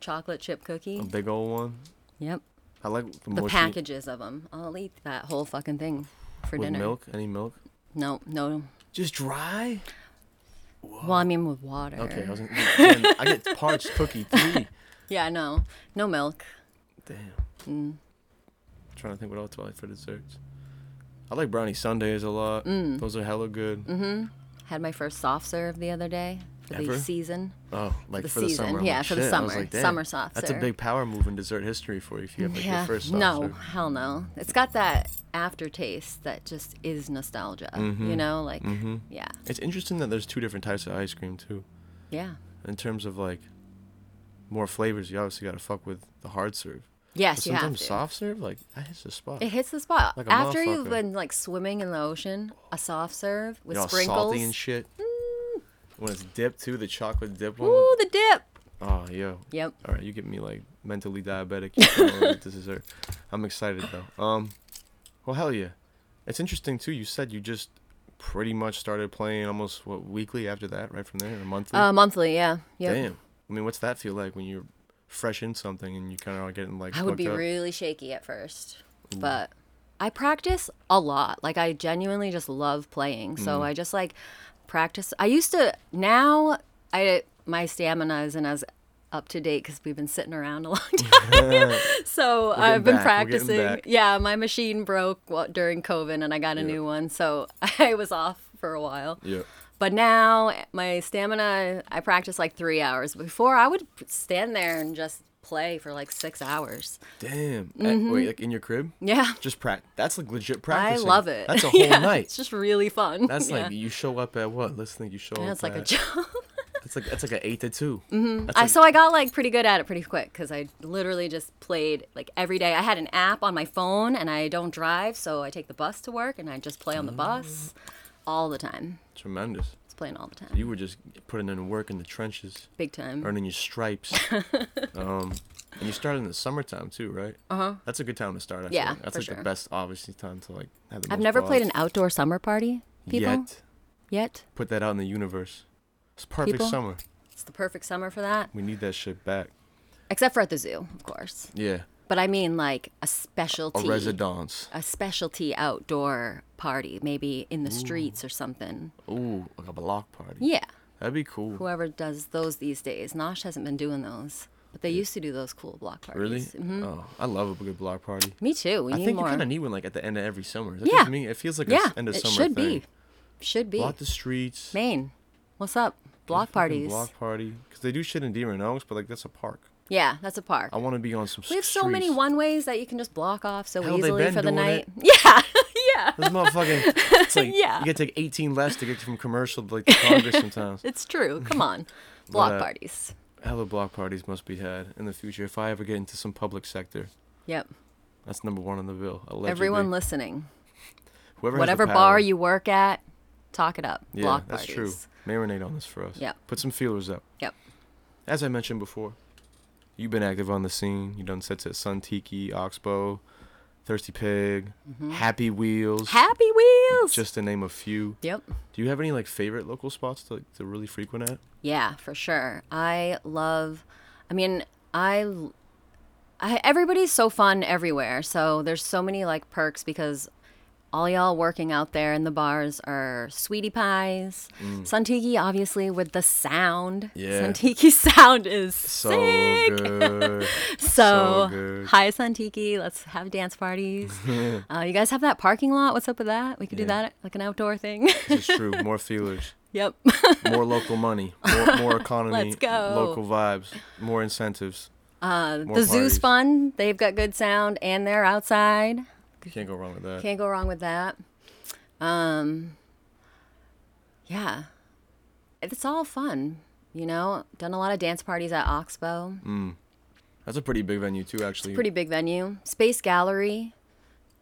[SPEAKER 3] chocolate chip cookie.
[SPEAKER 2] A big old one.
[SPEAKER 3] yep.
[SPEAKER 2] I like the,
[SPEAKER 3] Mm. The
[SPEAKER 2] mushy
[SPEAKER 3] packages of 'em. of them. I'll eat that whole fucking thing for
[SPEAKER 2] with
[SPEAKER 3] dinner.
[SPEAKER 2] milk. Any milk?
[SPEAKER 3] No, no.
[SPEAKER 2] Just dry.
[SPEAKER 3] Well, I mean with water.
[SPEAKER 2] Oh. Okay, I was. Gonna, (laughs) man, I get parched
[SPEAKER 3] (laughs)
[SPEAKER 2] cookie three.
[SPEAKER 3] Yeah, no, no milk.
[SPEAKER 2] Damn.
[SPEAKER 3] Mm.
[SPEAKER 2] trying to think what else I like for desserts. I like brownie sundaes a lot.
[SPEAKER 3] Mm.
[SPEAKER 2] Those are hella good.
[SPEAKER 3] Mm-hmm. Had my first soft serve the other day for
[SPEAKER 2] Ever?
[SPEAKER 3] the season.
[SPEAKER 2] Oh, like
[SPEAKER 3] the
[SPEAKER 2] for the
[SPEAKER 3] season.
[SPEAKER 2] summer. I'm
[SPEAKER 3] Yeah,
[SPEAKER 2] like,
[SPEAKER 3] for the
[SPEAKER 2] "Shit." I was
[SPEAKER 3] summer.
[SPEAKER 2] like, "Damn,
[SPEAKER 3] Summer soft
[SPEAKER 2] That's a
[SPEAKER 3] serve."
[SPEAKER 2] big power move in dessert history for you if you have like your first soft
[SPEAKER 3] no,
[SPEAKER 2] serve.
[SPEAKER 3] hell no. It's got that aftertaste that just is nostalgia.
[SPEAKER 2] Mm-hmm.
[SPEAKER 3] You know, like yeah,
[SPEAKER 2] It's interesting that there's two different types of ice cream too.
[SPEAKER 3] yeah,
[SPEAKER 2] In terms of like more flavors, you obviously got to fuck with the hard serve. But
[SPEAKER 3] yes, you have
[SPEAKER 2] sometimes
[SPEAKER 3] to.
[SPEAKER 2] soft serve, like that hits the spot.
[SPEAKER 3] It hits the spot
[SPEAKER 2] Like a
[SPEAKER 3] after you've
[SPEAKER 2] motherfucker.
[SPEAKER 3] been like swimming in the ocean. A soft serve with
[SPEAKER 2] you know,
[SPEAKER 3] sprinkles. Mm.
[SPEAKER 2] salty and shit. When it's dipped too, the chocolate dip one.
[SPEAKER 3] Ooh, the dip.
[SPEAKER 2] Oh, yo.
[SPEAKER 3] Yep.
[SPEAKER 2] All right, you get me like mentally diabetic. You know, like, this is her. I'm excited though. Um, well, hell yeah. It's interesting too. You said you just pretty much started playing almost what weekly after that, right from there, or monthly.
[SPEAKER 3] Uh, monthly, yeah. Yep.
[SPEAKER 2] Damn. I mean, what's that feel like when you're fresh in something and you kind of are getting like
[SPEAKER 3] I would
[SPEAKER 2] hooked
[SPEAKER 3] be
[SPEAKER 2] up?
[SPEAKER 3] really shaky at first,
[SPEAKER 2] Mm.
[SPEAKER 3] but I practice a lot. Like I genuinely just love playing, so
[SPEAKER 2] Mm.
[SPEAKER 3] I just like practice. I used to now I my stamina isn't as up to date because we've been sitting around
[SPEAKER 2] (laughs)
[SPEAKER 3] a (laughs) long time. so I've been
[SPEAKER 2] back, we're getting
[SPEAKER 3] practicing.
[SPEAKER 2] back.
[SPEAKER 3] Yeah, my machine broke wa- during COVID, and I got a new one, so (laughs) I was off for a while.
[SPEAKER 2] Yeah.
[SPEAKER 3] But now my stamina, I practice like three hours. Before I would stand there and just play for like six hours.
[SPEAKER 2] Damn. Eh, wait, like in your crib?
[SPEAKER 3] Mm-hmm. Yeah.
[SPEAKER 2] Just practice. That's like legit
[SPEAKER 3] I
[SPEAKER 2] practice.
[SPEAKER 3] love it. (laughs)
[SPEAKER 2] That's a whole
[SPEAKER 3] Yeah, It's
[SPEAKER 2] night.
[SPEAKER 3] just really fun.
[SPEAKER 2] That's
[SPEAKER 3] yeah.
[SPEAKER 2] like you show up at what? Let's think you show
[SPEAKER 3] Yeah,
[SPEAKER 2] up.
[SPEAKER 3] it's like a (laughs)
[SPEAKER 2] at-
[SPEAKER 3] job.
[SPEAKER 2] That's like that's like an eight to 2 Mm-hmm.
[SPEAKER 3] I, so I got like pretty good at it pretty quick because I literally just played like every day. I had an app on my phone and I don't drive, so I take the bus to work and I just play on the bus all the time.
[SPEAKER 2] tremendous.
[SPEAKER 3] It's playing all the time,
[SPEAKER 2] Ah. You were just putting in work in the trenches,
[SPEAKER 3] big time.
[SPEAKER 2] earning your
[SPEAKER 3] (laughs)
[SPEAKER 2] stripes. um, and you started in the summertime too, right? Uh huh. That's a good time to start. I feel
[SPEAKER 3] Uh-huh. Yeah,
[SPEAKER 2] like. that's
[SPEAKER 3] for
[SPEAKER 2] like the
[SPEAKER 3] sure.
[SPEAKER 2] best, obviously, time to like have the
[SPEAKER 3] I've
[SPEAKER 2] most
[SPEAKER 3] never played
[SPEAKER 2] balls.
[SPEAKER 3] an outdoor summer party. People
[SPEAKER 2] yet.
[SPEAKER 3] Yet?
[SPEAKER 2] Put that out in the universe. It's perfect
[SPEAKER 3] People?
[SPEAKER 2] summer.
[SPEAKER 3] It's the perfect summer for that,
[SPEAKER 2] We need that shit back.
[SPEAKER 3] except for at the zoo, of course.
[SPEAKER 2] Yeah,
[SPEAKER 3] But I mean like a
[SPEAKER 2] a
[SPEAKER 3] specialty.
[SPEAKER 2] residence.
[SPEAKER 3] a specialty outdoor party, maybe in the streets or something.
[SPEAKER 2] Ooh, like a block party.
[SPEAKER 3] Yeah.
[SPEAKER 2] that'd be cool.
[SPEAKER 3] Whoever does those these days, Nosh hasn't been doing those, but they used to do those cool block parties.
[SPEAKER 2] Really?
[SPEAKER 3] Mm.
[SPEAKER 2] Oh, I love a good block party.
[SPEAKER 3] Me too. We
[SPEAKER 2] I
[SPEAKER 3] need
[SPEAKER 2] think
[SPEAKER 3] more.
[SPEAKER 2] you kind of need one like at the end of every summer. Is that
[SPEAKER 3] yeah.
[SPEAKER 2] just me? It feels like a
[SPEAKER 3] yeah.
[SPEAKER 2] s- end of
[SPEAKER 3] it
[SPEAKER 2] summer
[SPEAKER 3] should
[SPEAKER 2] thing.
[SPEAKER 3] be. Should be.
[SPEAKER 2] Block the streets.
[SPEAKER 3] Maine, what's up? Block
[SPEAKER 2] fucking
[SPEAKER 3] parties.
[SPEAKER 2] Block party. Because they do shit in Deer and Oaks, but like that's a park.
[SPEAKER 3] Yeah, that's a park.
[SPEAKER 2] I want to be on some.
[SPEAKER 3] we have so many one ways that you can just block off so
[SPEAKER 2] Hell, they've
[SPEAKER 3] easily
[SPEAKER 2] been
[SPEAKER 3] for the
[SPEAKER 2] doing
[SPEAKER 3] night.
[SPEAKER 2] it.
[SPEAKER 3] Yeah, yeah,
[SPEAKER 2] This
[SPEAKER 3] (laughs)
[SPEAKER 2] motherfucking. It's like
[SPEAKER 3] Yeah.
[SPEAKER 2] you get to take 18 lefts to get from commercial
[SPEAKER 3] (laughs)
[SPEAKER 2] to like to Congress sometimes.
[SPEAKER 3] (laughs) it's true.
[SPEAKER 2] (laughs)
[SPEAKER 3] Come on, block
[SPEAKER 2] uh,
[SPEAKER 3] parties.
[SPEAKER 2] Hella block parties must be had in the future if I ever get into some public sector.
[SPEAKER 3] Yep.
[SPEAKER 2] That's number one on the bill. Allegedly.
[SPEAKER 3] Everyone listening,
[SPEAKER 2] Whoever has the
[SPEAKER 3] whatever
[SPEAKER 2] power.
[SPEAKER 3] bar you work at, talk it up.
[SPEAKER 2] Yeah,
[SPEAKER 3] block
[SPEAKER 2] that's
[SPEAKER 3] parties.
[SPEAKER 2] true. Marinate on this for us.
[SPEAKER 3] Yep.
[SPEAKER 2] Put some feelers up.
[SPEAKER 3] Yep.
[SPEAKER 2] As I mentioned before, you've been active on the scene. You done sets at Sun Tiki, Oxbow, Thirsty Pig, Happy Wheels.
[SPEAKER 3] Mm-hmm. Happy Wheels.
[SPEAKER 2] just to name a few.
[SPEAKER 3] yep.
[SPEAKER 2] Do you have any like favorite local spots to, to really frequent at?
[SPEAKER 3] Yeah, for sure. I love. I mean, I. l- I everybody's so fun everywhere. So there's so many like perks because all y'all working out there in the bars are sweetie pies, Suntiki obviously with the sound.
[SPEAKER 2] Mm. Yeah.
[SPEAKER 3] Suntiki (laughs) sound is
[SPEAKER 2] So
[SPEAKER 3] sick.
[SPEAKER 2] good.
[SPEAKER 3] So,
[SPEAKER 2] good.
[SPEAKER 3] hi Suntiki, let's have
[SPEAKER 2] (laughs)
[SPEAKER 3] dance parties. uh, you guys have that parking lot? What's up with that? We could do
[SPEAKER 2] Yeah.
[SPEAKER 3] that like an outdoor thing. (laughs)
[SPEAKER 2] It's true. More feelers,
[SPEAKER 3] yep.
[SPEAKER 2] more local money, more,
[SPEAKER 3] (laughs)
[SPEAKER 2] more economy,
[SPEAKER 3] Let's go.
[SPEAKER 2] local vibes, more incentives.
[SPEAKER 3] Uh, the
[SPEAKER 2] More parties.
[SPEAKER 3] zoo's fun. They've got good sound and they're outside.
[SPEAKER 2] You can't go wrong with that.
[SPEAKER 3] Can't go wrong with that. Um, yeah, it's all fun. You know, done a lot of dance parties at Oxbow.
[SPEAKER 2] Mm. That's a pretty big venue too, actually.
[SPEAKER 3] Pretty big venue. Space Gallery.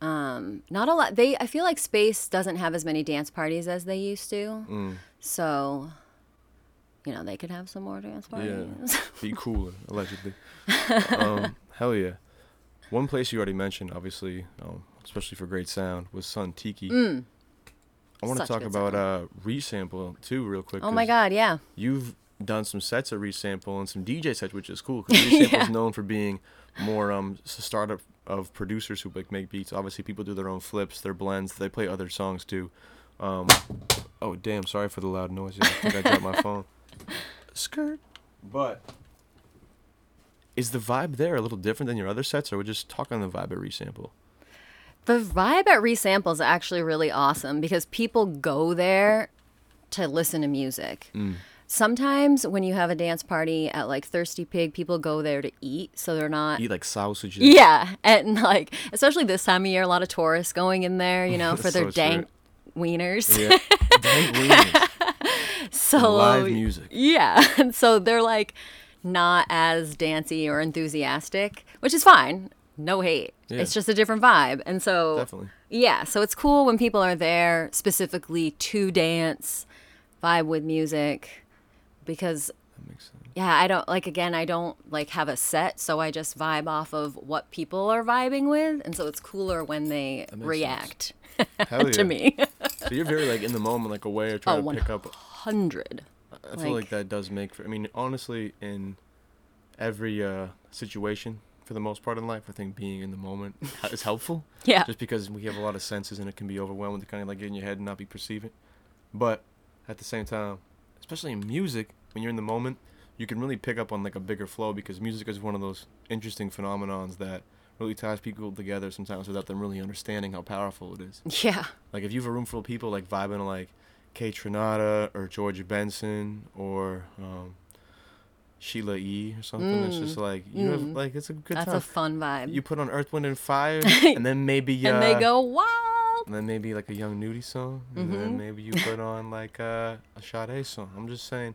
[SPEAKER 3] Um, not a lot. They I feel like Space doesn't have as many dance parties as they used to.
[SPEAKER 2] Mm.
[SPEAKER 3] So, you know, they could have some more dance
[SPEAKER 2] Yeah.
[SPEAKER 3] parties. (laughs)
[SPEAKER 2] Be cooler, allegedly. um, hell yeah. One place you already mentioned, obviously, um, especially for great sound, was Sun Tiki.
[SPEAKER 3] Mm.
[SPEAKER 2] I want to
[SPEAKER 3] Such
[SPEAKER 2] talk
[SPEAKER 3] good
[SPEAKER 2] about uh, resample too, real quick.
[SPEAKER 3] Oh my
[SPEAKER 2] 'cause
[SPEAKER 3] God, yeah.
[SPEAKER 2] You've done some sets of resample and some DJ sets, which is
[SPEAKER 3] (laughs)
[SPEAKER 2] cool because resample is known for being more um s- startup of producers who like make beats. Obviously, people do their own flips, their blends, they play other songs too. Um, oh damn, sorry for the loud noise. Yeah, I think I dropped my
[SPEAKER 3] (laughs)
[SPEAKER 2] phone. Skirt. But is the vibe there a little different than your other sets, or we're just talking on the vibe at resample?
[SPEAKER 3] The vibe at Resample is actually really awesome because people go there to listen to music.
[SPEAKER 2] Mm.
[SPEAKER 3] Sometimes when you have a dance party at like Thirsty Pig, people go there to eat, so they're not.
[SPEAKER 2] Eat like sausages.
[SPEAKER 3] Yeah, and like especially this time of year, a lot of tourists going in there,
[SPEAKER 2] (laughs)
[SPEAKER 3] you know, for
[SPEAKER 2] That's so
[SPEAKER 3] their dank wieners.
[SPEAKER 2] Yeah. Dang wieners.
[SPEAKER 3] (laughs) so
[SPEAKER 2] Live music.
[SPEAKER 3] Yeah, (laughs) and so they're like not as dancey or enthusiastic, which is fine. No hate.
[SPEAKER 2] Yeah.
[SPEAKER 3] It's just a different vibe, and so
[SPEAKER 2] Definitely.
[SPEAKER 3] yeah. So it's cool when people are there specifically to dance, vibe with music, because
[SPEAKER 2] That makes sense.
[SPEAKER 3] yeah, I don't like again, I don't like have a set, so I just vibe off of what people are vibing with, and so it's cooler when they
[SPEAKER 2] makes
[SPEAKER 3] react
[SPEAKER 2] Hell yeah.
[SPEAKER 3] (laughs) to me.
[SPEAKER 2] So you're very like in the moment, like aware, trying
[SPEAKER 3] Oh,
[SPEAKER 2] to pick up.
[SPEAKER 3] Hundred.
[SPEAKER 2] I feel
[SPEAKER 3] like-
[SPEAKER 2] like that does make for. I mean, honestly, in every uh, situation, for the most part in life, I think being in the moment (laughs) is helpful.
[SPEAKER 3] Yeah.
[SPEAKER 2] Just because we have a lot of senses and it can be overwhelming to kind of like get in your head and not be perceiving. But at the same time, especially in music, when you're in the moment, you can really pick up on like a bigger flow because music is one of those interesting phenomenons that really ties people together sometimes without them really understanding how powerful it is.
[SPEAKER 3] Yeah.
[SPEAKER 2] Like if you have a room full of people like vibing to like Kate Trinata or Georgia Benson or um, Sheila E or something, it's just like you have like it's a good
[SPEAKER 3] Mm. That's
[SPEAKER 2] time.
[SPEAKER 3] a fun vibe.
[SPEAKER 2] you put on Earth, Wind and
[SPEAKER 3] (laughs)
[SPEAKER 2] Fire, and then maybe uh,
[SPEAKER 3] and they go wild.
[SPEAKER 2] and then maybe like a Young Nudie song, and
[SPEAKER 3] Mm-hmm.
[SPEAKER 2] then maybe you put on like uh, a Sade song. I'm just saying,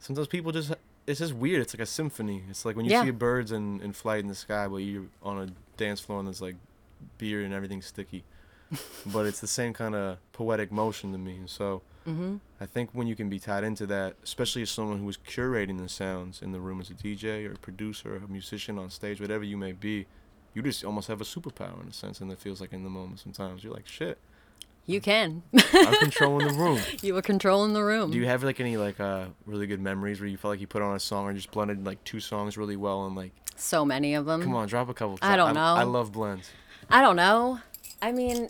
[SPEAKER 2] sometimes people just it's just weird. It's like a symphony. It's like when you
[SPEAKER 3] Yeah.
[SPEAKER 2] see birds in, in flight in the sky, but you're on a dance floor and there's like beer and everything's sticky. but it's the same kind of poetic motion to me. And so I think when you can be tied into that, especially as someone who is curating the sounds in the room as a DJ or a producer or a musician on stage, whatever you may be, you just almost have a superpower in a sense. And it feels like in the moment sometimes you're like, shit,
[SPEAKER 3] You can. (laughs)
[SPEAKER 2] I'm controlling the room.
[SPEAKER 3] you were controlling the room.
[SPEAKER 2] Do you have like any like uh really good memories where you felt like you put on a song or just blended like two songs really well and like
[SPEAKER 3] so many of them.
[SPEAKER 2] come on drop a couple? 'cause
[SPEAKER 3] I don't know.
[SPEAKER 2] I love blends.
[SPEAKER 3] I don't know. I mean,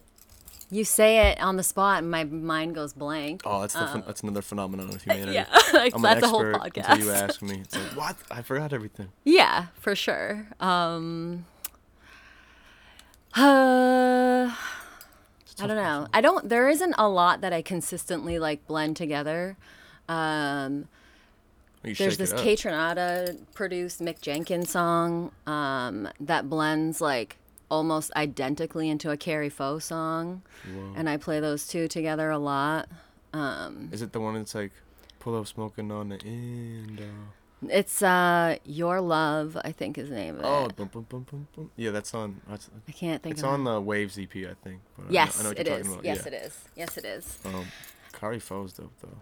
[SPEAKER 3] you say it on the spot and my mind goes blank.
[SPEAKER 2] Oh, that's the phen that's another phenomenon of humanity.
[SPEAKER 3] Uh. (laughs) yeah, like,
[SPEAKER 2] I'm
[SPEAKER 3] that's
[SPEAKER 2] an
[SPEAKER 3] a whole
[SPEAKER 2] expert until you
[SPEAKER 3] podcast.
[SPEAKER 2] ask me. It's like what? I forgot everything.
[SPEAKER 3] (laughs) Yeah, for sure. Um, (sighs) uh,
[SPEAKER 2] It's a
[SPEAKER 3] I
[SPEAKER 2] tough
[SPEAKER 3] don't know.
[SPEAKER 2] question.
[SPEAKER 3] I don't. There isn't a lot that I consistently like blend together. Um,
[SPEAKER 2] You
[SPEAKER 3] there's
[SPEAKER 2] shake
[SPEAKER 3] this
[SPEAKER 2] it up.
[SPEAKER 3] Kate Trinata produced Mick Jenkins song um, that blends like almost identically into a Carrie Foe song, and I play those two together a lot. Um,
[SPEAKER 2] Is it the one that's like pull up smoking on the end? uh,
[SPEAKER 3] It's uh, Your Love, I think is the name of
[SPEAKER 2] Oh,
[SPEAKER 3] it.
[SPEAKER 2] bum, bum, bum, bum, bum. yeah, that's on. That's,
[SPEAKER 3] I can't think
[SPEAKER 2] it's
[SPEAKER 3] of
[SPEAKER 2] on
[SPEAKER 3] it.
[SPEAKER 2] the Waves EP, I think. but I know-
[SPEAKER 3] Yes,
[SPEAKER 2] I know what
[SPEAKER 3] it
[SPEAKER 2] you're
[SPEAKER 3] is.
[SPEAKER 2] talking about.
[SPEAKER 3] Yes,
[SPEAKER 2] yeah.
[SPEAKER 3] it is. Yes, it is.
[SPEAKER 2] Um, Kari Foe's dope though.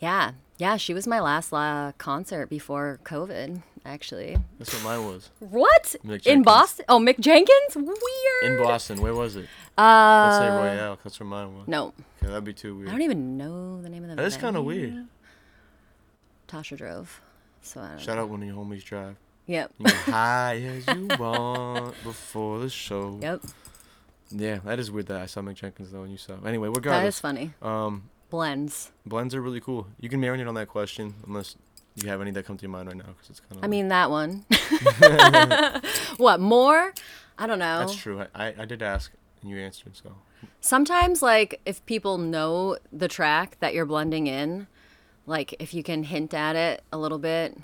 [SPEAKER 3] Yeah, yeah. She was my last uh, concert before COVID, actually.
[SPEAKER 2] That's what mine was
[SPEAKER 3] What
[SPEAKER 2] Mick
[SPEAKER 3] in
[SPEAKER 2] Jenkins.
[SPEAKER 3] Boston? Oh, Mick Jenkins. Weird.
[SPEAKER 2] in Boston. Where was it?
[SPEAKER 3] uh,
[SPEAKER 2] Let's say Royale. 'cause That's where mine was.
[SPEAKER 3] no,
[SPEAKER 2] Okay, that'd be too
[SPEAKER 3] I don't
[SPEAKER 2] weird.
[SPEAKER 3] even know the name of the.
[SPEAKER 2] That's kind of
[SPEAKER 3] venue.
[SPEAKER 2] weird.
[SPEAKER 3] Tasha drove. So I don't
[SPEAKER 2] Shout
[SPEAKER 3] know.
[SPEAKER 2] out when your homies
[SPEAKER 3] (laughs)
[SPEAKER 2] drive.
[SPEAKER 3] Yep.
[SPEAKER 2] You can go high as you want before the show.
[SPEAKER 3] Yep.
[SPEAKER 2] Yeah, that is weird that I saw Mick Jenkins though and you saw. Anyway,
[SPEAKER 3] That is
[SPEAKER 2] regardless,
[SPEAKER 3] funny.
[SPEAKER 2] um,
[SPEAKER 3] Blends.
[SPEAKER 2] Blends are really cool. You can marinate on that question unless you have any that come to your mind right now, because it's kind of.
[SPEAKER 3] I mean
[SPEAKER 2] (laughs)
[SPEAKER 3] that one. (laughs) what more? I don't know.
[SPEAKER 2] that's true. I, I, I did ask and you answered, so
[SPEAKER 3] Sometimes like if people know the track that you're blending in, like if you can hint at it a little bit,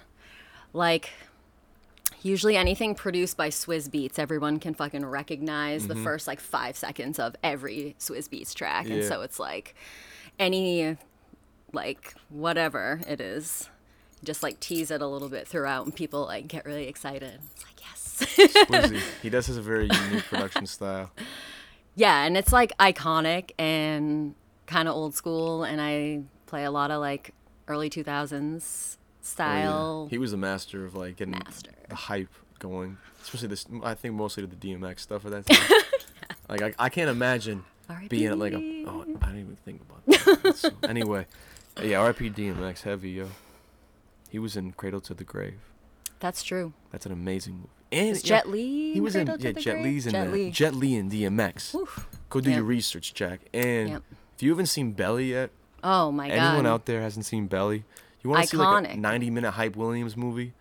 [SPEAKER 3] like usually anything produced by Swizz Beats, everyone can fucking recognize the first like 5 seconds of every Swizz Beats track and
[SPEAKER 2] Yeah.
[SPEAKER 3] so it's like any like whatever it is just like tease it a little bit throughout and people like get really excited. It's like yes. (laughs)
[SPEAKER 2] Swizzy, he does has a very unique production style.
[SPEAKER 3] Yeah, and it's like iconic and kind of old school. And I play a lot of like early 2000s
[SPEAKER 2] Oh, yeah.
[SPEAKER 3] style.
[SPEAKER 2] He was a master of like getting
[SPEAKER 3] Master. (laughs)
[SPEAKER 2] the hype going, especially this. I think mostly to the DMX stuff at that time. Like I, I can't imagine
[SPEAKER 3] R.I.P..
[SPEAKER 2] being like a. Oh, I didn't even think about that. That's
[SPEAKER 3] (laughs)
[SPEAKER 2] so- anyway, yeah, R.I.P. DMX, heavy yo. He was in Cradle to the Grave.
[SPEAKER 3] That's true.
[SPEAKER 2] That's an amazing movie. And
[SPEAKER 3] Is
[SPEAKER 2] yeah,
[SPEAKER 3] Jet Li
[SPEAKER 2] He
[SPEAKER 3] in
[SPEAKER 2] was in
[SPEAKER 3] Cradle to
[SPEAKER 2] yeah,
[SPEAKER 3] the
[SPEAKER 2] Jet
[SPEAKER 3] Grave?
[SPEAKER 2] Li's in
[SPEAKER 3] Jet
[SPEAKER 2] that.
[SPEAKER 3] Li.
[SPEAKER 2] Jet Li and DMX.
[SPEAKER 3] Oof.
[SPEAKER 2] Go do your
[SPEAKER 3] Yep.
[SPEAKER 2] research, Jack. And
[SPEAKER 3] Yep.
[SPEAKER 2] if you haven't seen Belly yet,
[SPEAKER 3] Oh my
[SPEAKER 2] anyone
[SPEAKER 3] god.
[SPEAKER 2] out there hasn't seen Belly, you want to see like a
[SPEAKER 3] Iconic.
[SPEAKER 2] 90 minute hype Williams movie?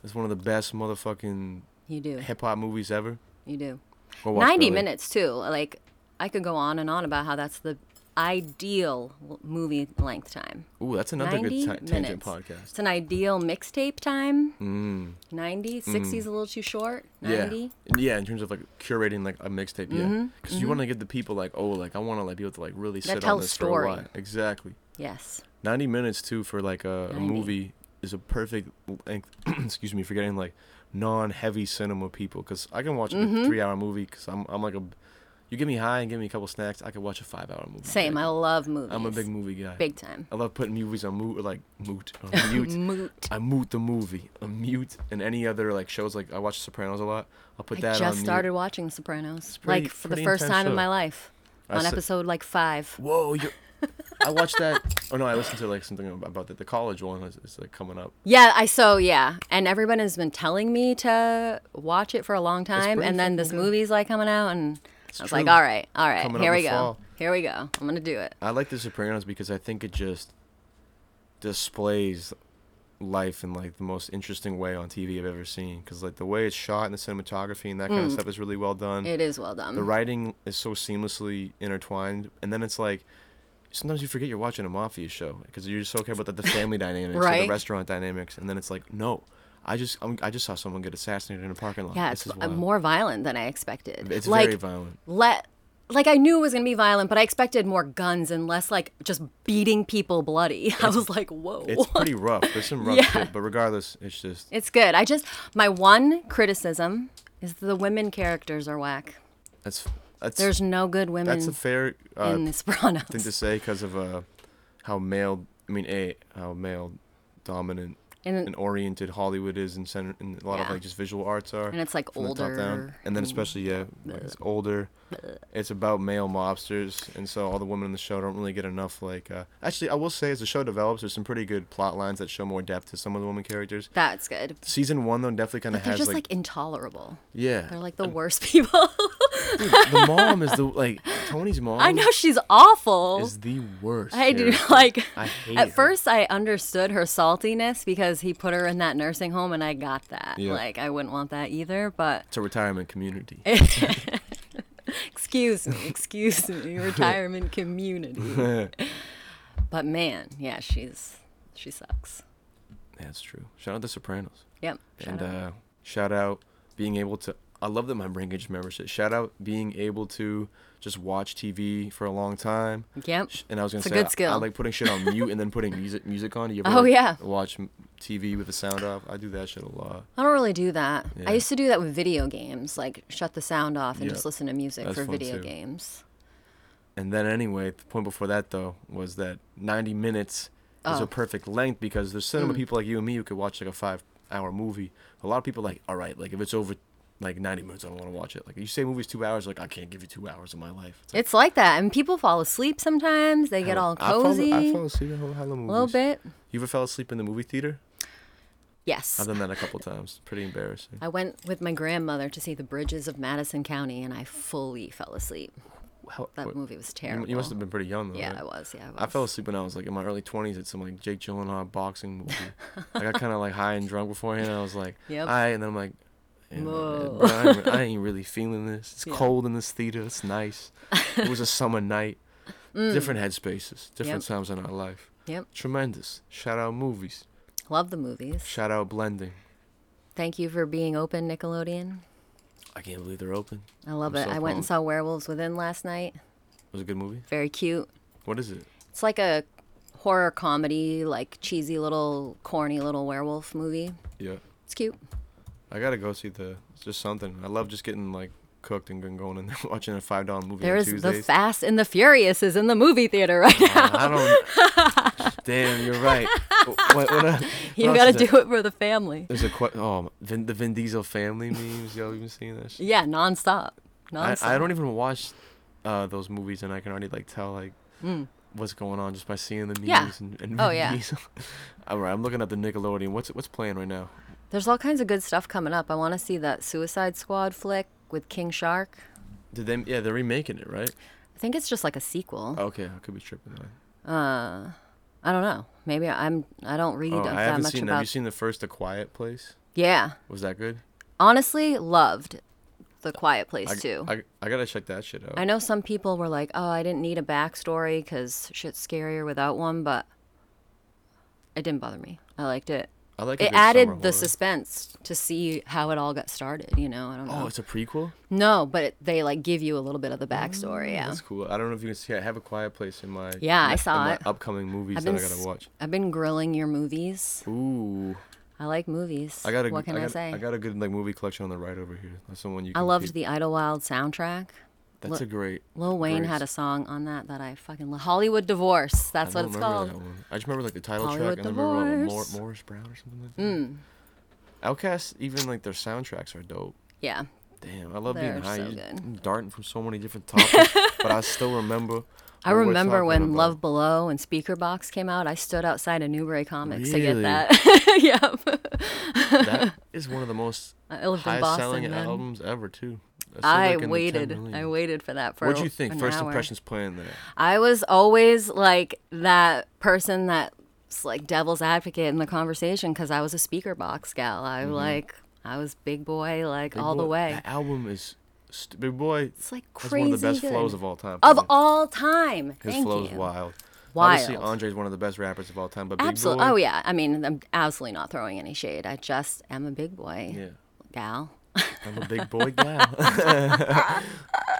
[SPEAKER 2] That's one of the best motherfucking
[SPEAKER 3] you do.
[SPEAKER 2] hip hop movies ever.
[SPEAKER 3] You do.
[SPEAKER 2] Go watch
[SPEAKER 3] 90
[SPEAKER 2] Belly.
[SPEAKER 3] minutes too. Like I could go on and on about how that's the ideal l- movie length time.
[SPEAKER 2] Ooh, that's another good
[SPEAKER 3] 90
[SPEAKER 2] ta- tangent
[SPEAKER 3] minutes.
[SPEAKER 2] podcast.
[SPEAKER 3] It's an ideal mixtape time. Mm. 90, 60 is a little too short. 90.
[SPEAKER 2] Yeah. Yeah, in terms of like curating like a mixtape, yeah.
[SPEAKER 3] Mm-hmm,
[SPEAKER 2] Because you want to get the people like, oh, like I want to like be able to like really sit
[SPEAKER 3] tell
[SPEAKER 2] on
[SPEAKER 3] a
[SPEAKER 2] this
[SPEAKER 3] story.
[SPEAKER 2] for a while. Exactly.
[SPEAKER 3] Yes.
[SPEAKER 2] 90 minutes too for like a, a
[SPEAKER 3] 90.
[SPEAKER 2] movie is a perfect length (clears throat) excuse me for getting like non-heavy cinema people because i can watch a
[SPEAKER 3] Mm-hmm.
[SPEAKER 2] three-hour movie because I'm, I'm like a you give me high and give me a couple snacks i could watch a five-hour movie
[SPEAKER 3] Same.
[SPEAKER 2] Like,
[SPEAKER 3] I love movies.
[SPEAKER 2] i'm a big movie guy
[SPEAKER 3] big time.
[SPEAKER 2] i love putting movies on moot like moot
[SPEAKER 3] (laughs)
[SPEAKER 2] on mute
[SPEAKER 3] Moot.
[SPEAKER 2] i mute the movie i mute and any other like shows like i watch sopranos a lot i'll put
[SPEAKER 3] I
[SPEAKER 2] that on
[SPEAKER 3] just
[SPEAKER 2] mute.
[SPEAKER 3] started watching The Sopranos,
[SPEAKER 2] pretty-
[SPEAKER 3] like for the
[SPEAKER 2] pretty
[SPEAKER 3] first
[SPEAKER 2] intense
[SPEAKER 3] time in
[SPEAKER 2] show.
[SPEAKER 3] my life,
[SPEAKER 2] I
[SPEAKER 3] on
[SPEAKER 2] said-
[SPEAKER 3] episode like five.
[SPEAKER 2] whoa you i watched that oh no i listened to like something about the, the college one is, is like coming up
[SPEAKER 3] Yeah, I so yeah, and everyone has been telling me to watch it for a long time,
[SPEAKER 2] pretty
[SPEAKER 3] and then
[SPEAKER 2] fucking
[SPEAKER 3] this
[SPEAKER 2] good.
[SPEAKER 3] movie's like coming out, and I was like,
[SPEAKER 2] true.
[SPEAKER 3] all right, all right,
[SPEAKER 2] Coming up
[SPEAKER 3] here we
[SPEAKER 2] in
[SPEAKER 3] go,
[SPEAKER 2] fall.
[SPEAKER 3] here we go, I'm gonna do it.
[SPEAKER 2] I like The Sopranos because I think it just displays life in like the most interesting way on TV I've ever seen. Because like the way it's shot and the cinematography and that kind of stuff is really well done.
[SPEAKER 3] Mm. It is well done.
[SPEAKER 2] the writing is so seamlessly intertwined, and then it's like sometimes you forget you're watching a mafia show because you're just so okay about the, the
[SPEAKER 3] (laughs)
[SPEAKER 2] family dynamics, or
[SPEAKER 3] Right.
[SPEAKER 2] the restaurant dynamics, and then it's like no, I just I'm, I just saw someone get assassinated in a parking lot.
[SPEAKER 3] yeah,
[SPEAKER 2] This
[SPEAKER 3] it's
[SPEAKER 2] is
[SPEAKER 3] uh,
[SPEAKER 2] wild.
[SPEAKER 3] more violent than I expected.
[SPEAKER 2] It's
[SPEAKER 3] like,
[SPEAKER 2] very violent.
[SPEAKER 3] Let like I knew it was gonna be violent, but I expected more guns and less like just beating people bloody. (laughs) I was like, whoa.
[SPEAKER 2] It's pretty rough. There's some rough
[SPEAKER 3] (laughs) Yeah.
[SPEAKER 2] shit, but regardless, it's just
[SPEAKER 3] It's good. I just my one criticism is the women characters are whack.
[SPEAKER 2] that's that's
[SPEAKER 3] There's no good women
[SPEAKER 2] That's a fair uh,
[SPEAKER 3] in (laughs) the Sopranos.
[SPEAKER 2] thing to say because of uh, how male. I mean, a how male dominant
[SPEAKER 3] and,
[SPEAKER 2] and oriented Hollywood is, and center, and a lot of
[SPEAKER 3] Yeah.
[SPEAKER 2] like just visual arts are.
[SPEAKER 3] and it's like
[SPEAKER 2] from the top down.
[SPEAKER 3] older.
[SPEAKER 2] and then especially yeah, like it's older. It's about male mobsters, and so all the women in the show don't really get enough. Like, uh, actually, I will say as the show develops, there's some pretty good plot lines that show more depth to some of the women characters.
[SPEAKER 3] That's good.
[SPEAKER 2] Season one though definitely kind of
[SPEAKER 3] They're
[SPEAKER 2] has
[SPEAKER 3] just
[SPEAKER 2] like,
[SPEAKER 3] like, intolerable.
[SPEAKER 2] yeah,
[SPEAKER 3] They're like the worst (laughs) people.
[SPEAKER 2] the mom is the like Tony's mom.
[SPEAKER 3] (laughs) I know she's awful.
[SPEAKER 2] is the worst.
[SPEAKER 3] I do
[SPEAKER 2] character.
[SPEAKER 3] (laughs) like.
[SPEAKER 2] I hate
[SPEAKER 3] at
[SPEAKER 2] her.
[SPEAKER 3] first, I understood her saltiness because he put her in that nursing home, and I got that.
[SPEAKER 2] Yeah.
[SPEAKER 3] Like, I wouldn't want that either. But
[SPEAKER 2] It's a retirement community.
[SPEAKER 3] excuse me,
[SPEAKER 2] (laughs)
[SPEAKER 3] excuse me, retirement community.
[SPEAKER 2] yeah,
[SPEAKER 3] But man, yeah, she's she sucks.
[SPEAKER 2] that's true. Shout out The Sopranos.
[SPEAKER 3] Yep.
[SPEAKER 2] and
[SPEAKER 3] shout out.
[SPEAKER 2] Uh, shout out being able to. I love that my brain gauge remembers it. Shout out being able to just watch TV for a long time.
[SPEAKER 3] Yep.
[SPEAKER 2] Sh- And I was gonna
[SPEAKER 3] It's a
[SPEAKER 2] say,
[SPEAKER 3] good
[SPEAKER 2] I- I,
[SPEAKER 3] skill.
[SPEAKER 2] like putting shit on mute and then putting music music on.
[SPEAKER 3] (laughs)
[SPEAKER 2] You ever
[SPEAKER 3] Oh,
[SPEAKER 2] like,
[SPEAKER 3] yeah.
[SPEAKER 2] watch m- TV with the sound off? I do that shit a lot.
[SPEAKER 3] I don't really do that.
[SPEAKER 2] Yeah.
[SPEAKER 3] I used to do that with video games, like shut the sound off and
[SPEAKER 2] Yeah.
[SPEAKER 3] just listen to music
[SPEAKER 2] That's
[SPEAKER 3] for
[SPEAKER 2] fun,
[SPEAKER 3] video
[SPEAKER 2] too.
[SPEAKER 3] games.
[SPEAKER 2] And then anyway, the point before that though was that 90 minutes is a
[SPEAKER 3] Oh. Mm.
[SPEAKER 2] perfect length because there's cinema people like you and me who could watch like a five hour movie. A lot of people like, all right, like if it's over like 90 minutes, I don't want to watch it. Like you say movies two hours, like I can't give you two hours of my life. It's like,
[SPEAKER 3] It's like that, and people fall asleep sometimes. They get all cozy,
[SPEAKER 2] I fall, I fall asleep in whole hella
[SPEAKER 3] a
[SPEAKER 2] movies.
[SPEAKER 3] little bit.
[SPEAKER 2] You ever fell asleep in the movie theater?
[SPEAKER 3] Yes,
[SPEAKER 2] I've done that a couple times. Pretty embarrassing.
[SPEAKER 3] I went with my grandmother to see the bridges of Madison County, and I fully fell asleep.
[SPEAKER 2] How-
[SPEAKER 3] That
[SPEAKER 2] what-
[SPEAKER 3] movie was
[SPEAKER 2] you-
[SPEAKER 3] terrible.
[SPEAKER 2] You must have been pretty young though.
[SPEAKER 3] Yeah,
[SPEAKER 2] right?
[SPEAKER 3] I was. Yeah, I was.
[SPEAKER 2] I fell asleep when I was like in my early twenties at some like Jake Gyllenhaal boxing movie. I got kind of like high and drunk beforehand. I was like,
[SPEAKER 3] Yep.
[SPEAKER 2] I and then I'm like, "Eh,
[SPEAKER 3] Whoa.
[SPEAKER 2] I, ain't, I ain't really feeling this. It's
[SPEAKER 3] Yeah.
[SPEAKER 2] cold in this theater. It's nice. It
[SPEAKER 3] (laughs)
[SPEAKER 2] was a summer night. Different headspaces. Different
[SPEAKER 3] Mm. Yep.
[SPEAKER 2] times in our life.
[SPEAKER 3] Yep.
[SPEAKER 2] Tremendous. Shout out movies.
[SPEAKER 3] Love the movies.
[SPEAKER 2] Shout out blending.
[SPEAKER 3] Thank you for being open, Nickelodeon.
[SPEAKER 2] I can't believe they're open.
[SPEAKER 3] I love
[SPEAKER 2] I'm
[SPEAKER 3] it.
[SPEAKER 2] so
[SPEAKER 3] I went and
[SPEAKER 2] pumped.
[SPEAKER 3] saw Werewolves Within last night.
[SPEAKER 2] It was a good movie.
[SPEAKER 3] Very cute.
[SPEAKER 2] What is it?
[SPEAKER 3] It's like a horror comedy, like cheesy little, corny little werewolf movie.
[SPEAKER 2] Yeah.
[SPEAKER 3] It's cute.
[SPEAKER 2] I gotta go see the it's just something. I love just getting like cooked and then going and (laughs) watching a five dollar movie
[SPEAKER 3] There
[SPEAKER 2] on
[SPEAKER 3] is
[SPEAKER 2] Tuesdays.
[SPEAKER 3] the Fast and the Furious is in the movie theater (laughs) right now.
[SPEAKER 2] Uh, I don't.
[SPEAKER 3] (laughs)
[SPEAKER 2] damn, you're right. What, what, what
[SPEAKER 3] You
[SPEAKER 2] else
[SPEAKER 3] got to
[SPEAKER 2] is there?
[SPEAKER 3] do it for the family.
[SPEAKER 2] There's a que- oh Vin, the Vin Diesel family memes. Y'all even seen that? Shit?
[SPEAKER 3] Yeah, nonstop.
[SPEAKER 2] I,
[SPEAKER 3] nonsense.
[SPEAKER 2] I don't even watch uh, those movies, and I can already like tell like what's going on just by seeing the news
[SPEAKER 3] Mm. Yeah.
[SPEAKER 2] and, and
[SPEAKER 3] Oh, yeah.
[SPEAKER 2] movies. (laughs) All right, I'm looking at the Nickelodeon. What's what's playing right now?
[SPEAKER 3] There's all kinds of good stuff coming up. I want to see that Suicide Squad flick with King Shark.
[SPEAKER 2] Did they? Yeah, they're remaking it, right? Oh,
[SPEAKER 3] I think it's just like a sequel. Uh,
[SPEAKER 2] Okay, I could be tripping. on it.
[SPEAKER 3] I don't know. Maybe I'm. I don't read
[SPEAKER 2] Oh, I
[SPEAKER 3] that
[SPEAKER 2] haven't
[SPEAKER 3] much
[SPEAKER 2] seen. Have you
[SPEAKER 3] about.
[SPEAKER 2] seen the first The Quiet Place?
[SPEAKER 3] Yeah,
[SPEAKER 2] Was that good?
[SPEAKER 3] honestly, loved the Quiet Place
[SPEAKER 2] I,
[SPEAKER 3] too.
[SPEAKER 2] I, I gotta check that shit out.
[SPEAKER 3] I know some people were like, "Oh, I didn't need a backstory because shit's scarier without one," but it didn't bother me. I liked it.
[SPEAKER 2] I like a
[SPEAKER 3] It
[SPEAKER 2] good summer
[SPEAKER 3] added the
[SPEAKER 2] horror.
[SPEAKER 3] suspense to see how it all got started. You know, I don't know.
[SPEAKER 2] Oh, it's a prequel.
[SPEAKER 3] no, but it, they like give you a little bit of the backstory. yeah,
[SPEAKER 2] Mm, That's cool. I don't know if you can see. I have a quiet place in my
[SPEAKER 3] Yeah, I
[SPEAKER 2] in my-
[SPEAKER 3] saw
[SPEAKER 2] in my
[SPEAKER 3] it.
[SPEAKER 2] Upcoming movies
[SPEAKER 3] I've
[SPEAKER 2] that
[SPEAKER 3] been
[SPEAKER 2] I gotta
[SPEAKER 3] s-
[SPEAKER 2] watch.
[SPEAKER 3] I've been grilling your movies.
[SPEAKER 2] Ooh,
[SPEAKER 3] I like movies.
[SPEAKER 2] I got a.
[SPEAKER 3] What can I,
[SPEAKER 2] got,
[SPEAKER 3] say?
[SPEAKER 2] I got a good like movie collection on the right over here. That's the one you.
[SPEAKER 3] I
[SPEAKER 2] can
[SPEAKER 3] loved
[SPEAKER 2] keep.
[SPEAKER 3] the Idlewild soundtrack.
[SPEAKER 2] That's
[SPEAKER 3] Lil-
[SPEAKER 2] a great.
[SPEAKER 3] Lil Wayne
[SPEAKER 2] great
[SPEAKER 3] had a
[SPEAKER 2] s-
[SPEAKER 3] song on that that I fucking love. Hollywood Divorce. That's
[SPEAKER 2] I
[SPEAKER 3] what
[SPEAKER 2] don't
[SPEAKER 3] it's
[SPEAKER 2] remember
[SPEAKER 3] called.
[SPEAKER 2] that one. I just remember like the title
[SPEAKER 3] Hollywood
[SPEAKER 2] track and I remember uh, Mor-
[SPEAKER 3] Divorce.
[SPEAKER 2] Morris Brown or something like that. Mm. Outcast, even like their soundtracks are dope.
[SPEAKER 3] Yeah.
[SPEAKER 2] Damn, I love
[SPEAKER 3] They're
[SPEAKER 2] being high.
[SPEAKER 3] so
[SPEAKER 2] You-
[SPEAKER 3] good.
[SPEAKER 2] I'm darting from so many
[SPEAKER 3] (laughs)
[SPEAKER 2] different topics, but I still remember.
[SPEAKER 3] I
[SPEAKER 2] what we're
[SPEAKER 3] remember
[SPEAKER 2] talking
[SPEAKER 3] when
[SPEAKER 2] about.
[SPEAKER 3] Love Below and Speaker Box came out. I stood outside of Newbury Comics
[SPEAKER 2] Really?
[SPEAKER 3] to get that. (laughs) yep.
[SPEAKER 2] That is
[SPEAKER 3] (laughs)
[SPEAKER 2] one of the most
[SPEAKER 3] I lived in
[SPEAKER 2] highest selling
[SPEAKER 3] Boston then.
[SPEAKER 2] albums ever too. That sold,
[SPEAKER 3] I
[SPEAKER 2] like, in the 10
[SPEAKER 3] waited.
[SPEAKER 2] million.
[SPEAKER 3] I waited for that for.
[SPEAKER 2] What'd you think?
[SPEAKER 3] an
[SPEAKER 2] First
[SPEAKER 3] hour.
[SPEAKER 2] impressions playing there.
[SPEAKER 3] I was always like that person that's like devil's advocate in the conversation because I was a speaker box gal. I like I was big boy like
[SPEAKER 2] Mm-hmm. Big
[SPEAKER 3] all the
[SPEAKER 2] Boy-
[SPEAKER 3] way.
[SPEAKER 2] That album is st- Big Boy.
[SPEAKER 3] It's like
[SPEAKER 2] That's
[SPEAKER 3] crazy.
[SPEAKER 2] one of the best
[SPEAKER 3] good.
[SPEAKER 2] flows of all time. for
[SPEAKER 3] Of
[SPEAKER 2] me.
[SPEAKER 3] all time.
[SPEAKER 2] His
[SPEAKER 3] Thank
[SPEAKER 2] flow's
[SPEAKER 3] you.
[SPEAKER 2] wild. Obviously,
[SPEAKER 3] Wild.
[SPEAKER 2] Andre's one of the best rappers of all time, but Big
[SPEAKER 3] Absolutely.
[SPEAKER 2] Boy.
[SPEAKER 3] Oh yeah. I mean, I'm absolutely not throwing any shade. I just am a big boy
[SPEAKER 2] Yeah.
[SPEAKER 3] gal.
[SPEAKER 2] I'm a big boy gal. (laughs)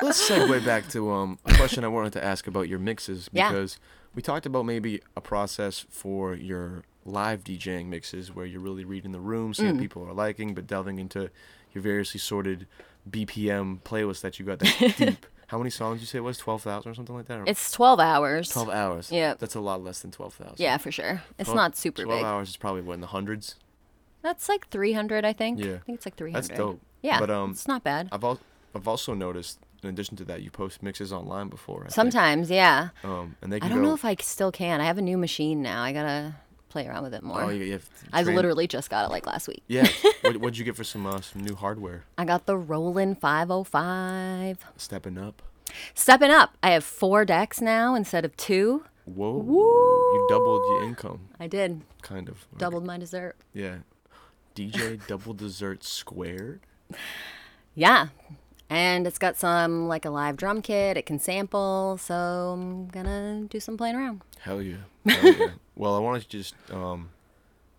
[SPEAKER 2] Let's segue back to um, a question I wanted to ask about your mixes
[SPEAKER 3] Yeah.
[SPEAKER 2] because we talked about maybe a process for your live DJing mixes where you're really reading the room, seeing
[SPEAKER 3] Mm.
[SPEAKER 2] what people are liking, but delving into your variously sorted BPM playlist that you got
[SPEAKER 3] (laughs)
[SPEAKER 2] that's deep. How many songs you say it was? 12,000 or something like that? Or
[SPEAKER 3] It's 12 hours.
[SPEAKER 2] 12 hours.
[SPEAKER 3] Yeah.
[SPEAKER 2] That's a lot less than 12,000.
[SPEAKER 3] Yeah, for sure. It's
[SPEAKER 2] Well,
[SPEAKER 3] not super
[SPEAKER 2] 12
[SPEAKER 3] big.
[SPEAKER 2] hours is probably what in the hundreds.
[SPEAKER 3] That's like 300, I think.
[SPEAKER 2] Yeah.
[SPEAKER 3] I think it's like 300.
[SPEAKER 2] That's dope.
[SPEAKER 3] Yeah.
[SPEAKER 2] But, um,
[SPEAKER 3] it's not bad.
[SPEAKER 2] I've al- I've also noticed in addition to that you post mixes online before. I think.
[SPEAKER 3] Sometimes, yeah.
[SPEAKER 2] Um, and they
[SPEAKER 3] I
[SPEAKER 2] can
[SPEAKER 3] don't
[SPEAKER 2] go,
[SPEAKER 3] know if I c- still can. I have a new machine now. I gotta play around with it more.
[SPEAKER 2] Oh, you, you have to
[SPEAKER 3] I
[SPEAKER 2] train-
[SPEAKER 3] literally just got it like last week. (laughs)
[SPEAKER 2] Yeah. what what'd you get for some uh, some new hardware?
[SPEAKER 3] I got the Roland 505.
[SPEAKER 2] Stepping up.
[SPEAKER 3] Stepping up. I have four decks now instead of two.
[SPEAKER 2] Whoa. You doubled your income,
[SPEAKER 3] I did.
[SPEAKER 2] kind of. Like,
[SPEAKER 3] Doubled my dessert.
[SPEAKER 2] Yeah.
[SPEAKER 3] (laughs)
[SPEAKER 2] DJ double dessert squared.
[SPEAKER 3] Yeah. And it's got some like a live drum kit. It can sample. So I'm gonna do some playing around.
[SPEAKER 2] Hell
[SPEAKER 3] (laughs)
[SPEAKER 2] yeah. Hell yeah. well, I wanted to just um.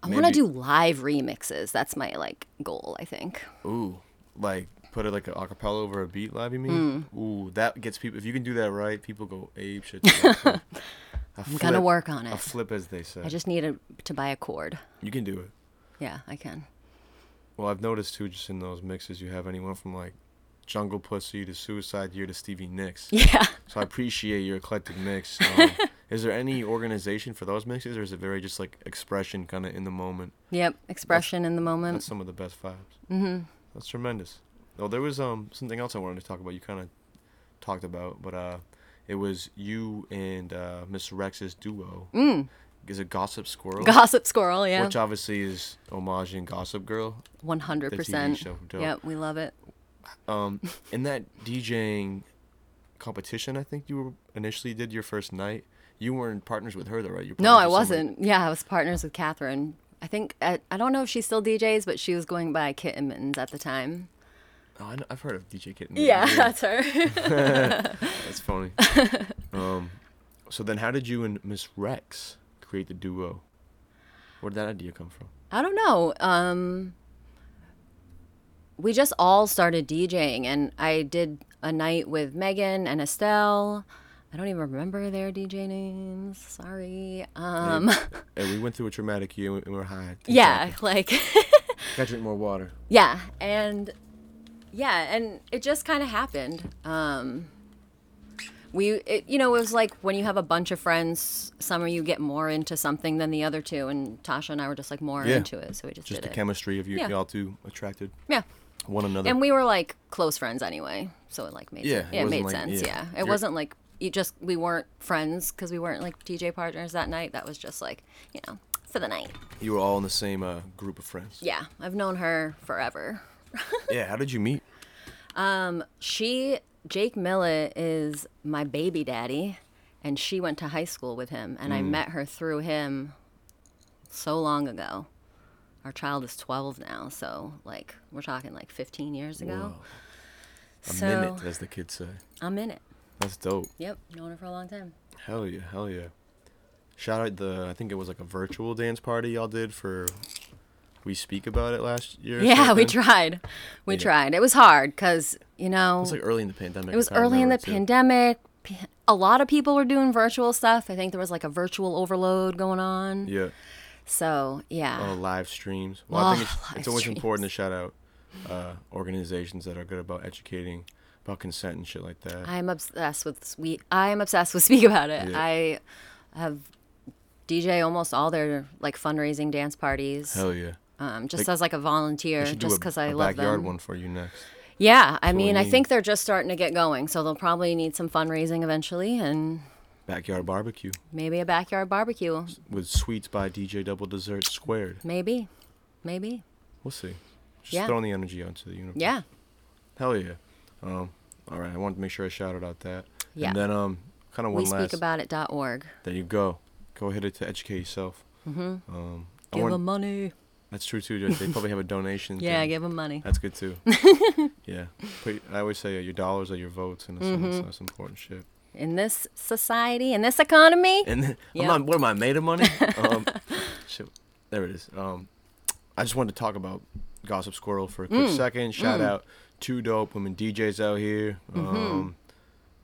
[SPEAKER 3] I want to
[SPEAKER 2] maybe-
[SPEAKER 3] do live remixes. That's my like goal. I think.
[SPEAKER 2] Ooh, like put it like an acapella over a beat live. You mean?
[SPEAKER 3] Hmm.
[SPEAKER 2] Ooh, that gets people. If you can do that right, people go ape shit.
[SPEAKER 3] (laughs)
[SPEAKER 2] I'm
[SPEAKER 3] gonna work on
[SPEAKER 2] A
[SPEAKER 3] it.
[SPEAKER 2] flip, as they say.
[SPEAKER 3] I just need a, to buy a cord.
[SPEAKER 2] You can do it.
[SPEAKER 3] Yeah, I can.
[SPEAKER 2] Well, I've noticed too, just in those mixes, you have anyone from like Jungle Pussy to Suicide Year to Stevie Nicks.
[SPEAKER 3] Yeah.
[SPEAKER 2] So I appreciate your eclectic mix. Um, is there any organization for those mixes, or is it very just like expression, kind of in the moment?
[SPEAKER 3] Yep. Expression in the moment.
[SPEAKER 2] That's some of the best vibes. Mm-hmm. That's tremendous. Well, there was um something else I wanted to talk about. You kind of talked about, but uh, it was you and uh, Miss Rex's duo. Mm. Is it Gossip Squirrel?
[SPEAKER 3] Gossip squirrel. Yeah.
[SPEAKER 2] Which obviously is homaging Gossip Girl.
[SPEAKER 3] One hundred
[SPEAKER 2] The TV
[SPEAKER 3] percent.
[SPEAKER 2] show, dope.
[SPEAKER 3] Yep. We love it.
[SPEAKER 2] Um, in that DJing competition, I think you were initially did your first night. You weren't partners with her, though, right? You were
[SPEAKER 3] No, I
[SPEAKER 2] partners with somebody-
[SPEAKER 3] wasn't. Yeah, I was partners with Catherine. I think I, I don't know if she still DJs, but she was going by Kitten Mittens at the time.
[SPEAKER 2] Oh, I know, I've heard of DJ Kitten.
[SPEAKER 3] Yeah, (laughs) that's her.
[SPEAKER 2] (laughs) that's
[SPEAKER 3] (laughs)
[SPEAKER 2] funny. um, so then, how did you and Miss Rex create the duo? Where did that idea come from?
[SPEAKER 3] I don't know. Um, we just all started DJing, and I did a night with Megan and Estelle. I don't even remember their DJ names. Sorry. Um, (laughs)
[SPEAKER 2] And we went through a traumatic year and we were high.
[SPEAKER 3] yeah, (laughs) like,
[SPEAKER 2] Gotta drink more water.
[SPEAKER 3] yeah, and yeah, and it just kind of happened. Um, we, it, you know, it was like when you have a bunch of friends, some of you get more into something than the other two, and Tasha and I were just like more
[SPEAKER 2] Yeah.
[SPEAKER 3] into it, so we just,
[SPEAKER 2] Just
[SPEAKER 3] did
[SPEAKER 2] the
[SPEAKER 3] it.
[SPEAKER 2] chemistry of you
[SPEAKER 3] Yeah.
[SPEAKER 2] y'all two attracted.
[SPEAKER 3] yeah.
[SPEAKER 2] one another.
[SPEAKER 3] And we were like close friends anyway, so it like made
[SPEAKER 2] Yeah,
[SPEAKER 3] sense.
[SPEAKER 2] it
[SPEAKER 3] yeah, it
[SPEAKER 2] wasn't
[SPEAKER 3] made
[SPEAKER 2] like-
[SPEAKER 3] sense.
[SPEAKER 2] yeah.
[SPEAKER 3] Yeah, it
[SPEAKER 2] You're-
[SPEAKER 3] wasn't like you just we weren't friends because we weren't like DJ partners that night. That was just like you know for the night.
[SPEAKER 2] you were all in the same uh, group of
[SPEAKER 3] (laughs)
[SPEAKER 2] friends.
[SPEAKER 3] Yeah, I've known her forever.
[SPEAKER 2] Yeah. How did you meet?
[SPEAKER 3] She Jake Millet is my baby daddy, and she went to high school with him, and
[SPEAKER 2] Mm.
[SPEAKER 3] I met her through him so long ago. Our child is 12 now, so like we're talking like 15 years ago.
[SPEAKER 2] Wow. A
[SPEAKER 3] so
[SPEAKER 2] minute, as the kids say.
[SPEAKER 3] I'm in it.
[SPEAKER 2] That's dope.
[SPEAKER 3] Yep, known her for a long time.
[SPEAKER 2] Hell yeah, hell yeah. Shout out the I think it was like a virtual dance party y'all did for we speak about it last year. or
[SPEAKER 3] Yeah, we
[SPEAKER 2] something?
[SPEAKER 3] tried. We
[SPEAKER 2] Yeah.
[SPEAKER 3] tried. It was hard because, you know,
[SPEAKER 2] It was like early in the pandemic.
[SPEAKER 3] it was
[SPEAKER 2] if I
[SPEAKER 3] early in the
[SPEAKER 2] remember, too.
[SPEAKER 3] pandemic. P- A lot of people were doing virtual stuff. I think there was like a virtual overload going on.
[SPEAKER 2] Yeah.
[SPEAKER 3] So, yeah.
[SPEAKER 2] Oh, live streams. Well, I think
[SPEAKER 3] Oh,
[SPEAKER 2] it's,
[SPEAKER 3] live
[SPEAKER 2] it's always
[SPEAKER 3] streams.
[SPEAKER 2] important to shout out uh, organizations that are good about educating about consent and shit like that.
[SPEAKER 3] I'm obsessed with we I'm obsessed with (laughs) Speak About It.
[SPEAKER 2] Yeah.
[SPEAKER 3] I have DJ almost all their like fundraising dance parties.
[SPEAKER 2] Hell yeah.
[SPEAKER 3] um, just
[SPEAKER 2] like-
[SPEAKER 3] as like a volunteer,
[SPEAKER 2] should
[SPEAKER 3] just
[SPEAKER 2] do a-
[SPEAKER 3] because I
[SPEAKER 2] a
[SPEAKER 3] love
[SPEAKER 2] backyard
[SPEAKER 3] them.
[SPEAKER 2] one for you next.
[SPEAKER 3] Yeah, I
[SPEAKER 2] we
[SPEAKER 3] mean, I
[SPEAKER 2] need.
[SPEAKER 3] think they're just starting to get going, so they'll probably need some fundraising eventually, and
[SPEAKER 2] Backyard barbecue
[SPEAKER 3] maybe a backyard barbecue.
[SPEAKER 2] with sweets by DJ Double Dessert Squared.
[SPEAKER 3] Maybe, maybe.
[SPEAKER 2] We'll see. Just
[SPEAKER 3] Yeah.
[SPEAKER 2] throwing the energy out into the universe.
[SPEAKER 3] Yeah.
[SPEAKER 2] Hell yeah. Um, all right, I wanted to make sure I shouted out that.
[SPEAKER 3] Yeah.
[SPEAKER 2] And then um, kind of one
[SPEAKER 3] We
[SPEAKER 2] last.
[SPEAKER 3] speak about it. dot org.
[SPEAKER 2] there you go. Go hit it to educate yourself. Mm-hmm. Um, I
[SPEAKER 3] Give
[SPEAKER 2] want-
[SPEAKER 3] them money.
[SPEAKER 2] that's true too. Joyce. They probably have a
[SPEAKER 3] (laughs)
[SPEAKER 2] donation.
[SPEAKER 3] Yeah,
[SPEAKER 2] thing.
[SPEAKER 3] give them money.
[SPEAKER 2] That's good
[SPEAKER 3] (laughs)
[SPEAKER 2] too. yeah. Put, I always say uh, your dollars are your votes in a
[SPEAKER 3] Mm-hmm.
[SPEAKER 2] sense. That's important shit.
[SPEAKER 3] In this society, in this economy,
[SPEAKER 2] And then,
[SPEAKER 3] Yeah.
[SPEAKER 2] I'm not, what am I made of
[SPEAKER 3] (laughs)
[SPEAKER 2] money? um, shit, there it is. Um, I just wanted to talk about Gossip Squirrel for a
[SPEAKER 3] Mm.
[SPEAKER 2] quick second. Shout out two dope women DJs out here.
[SPEAKER 3] Mm-hmm.
[SPEAKER 2] Um,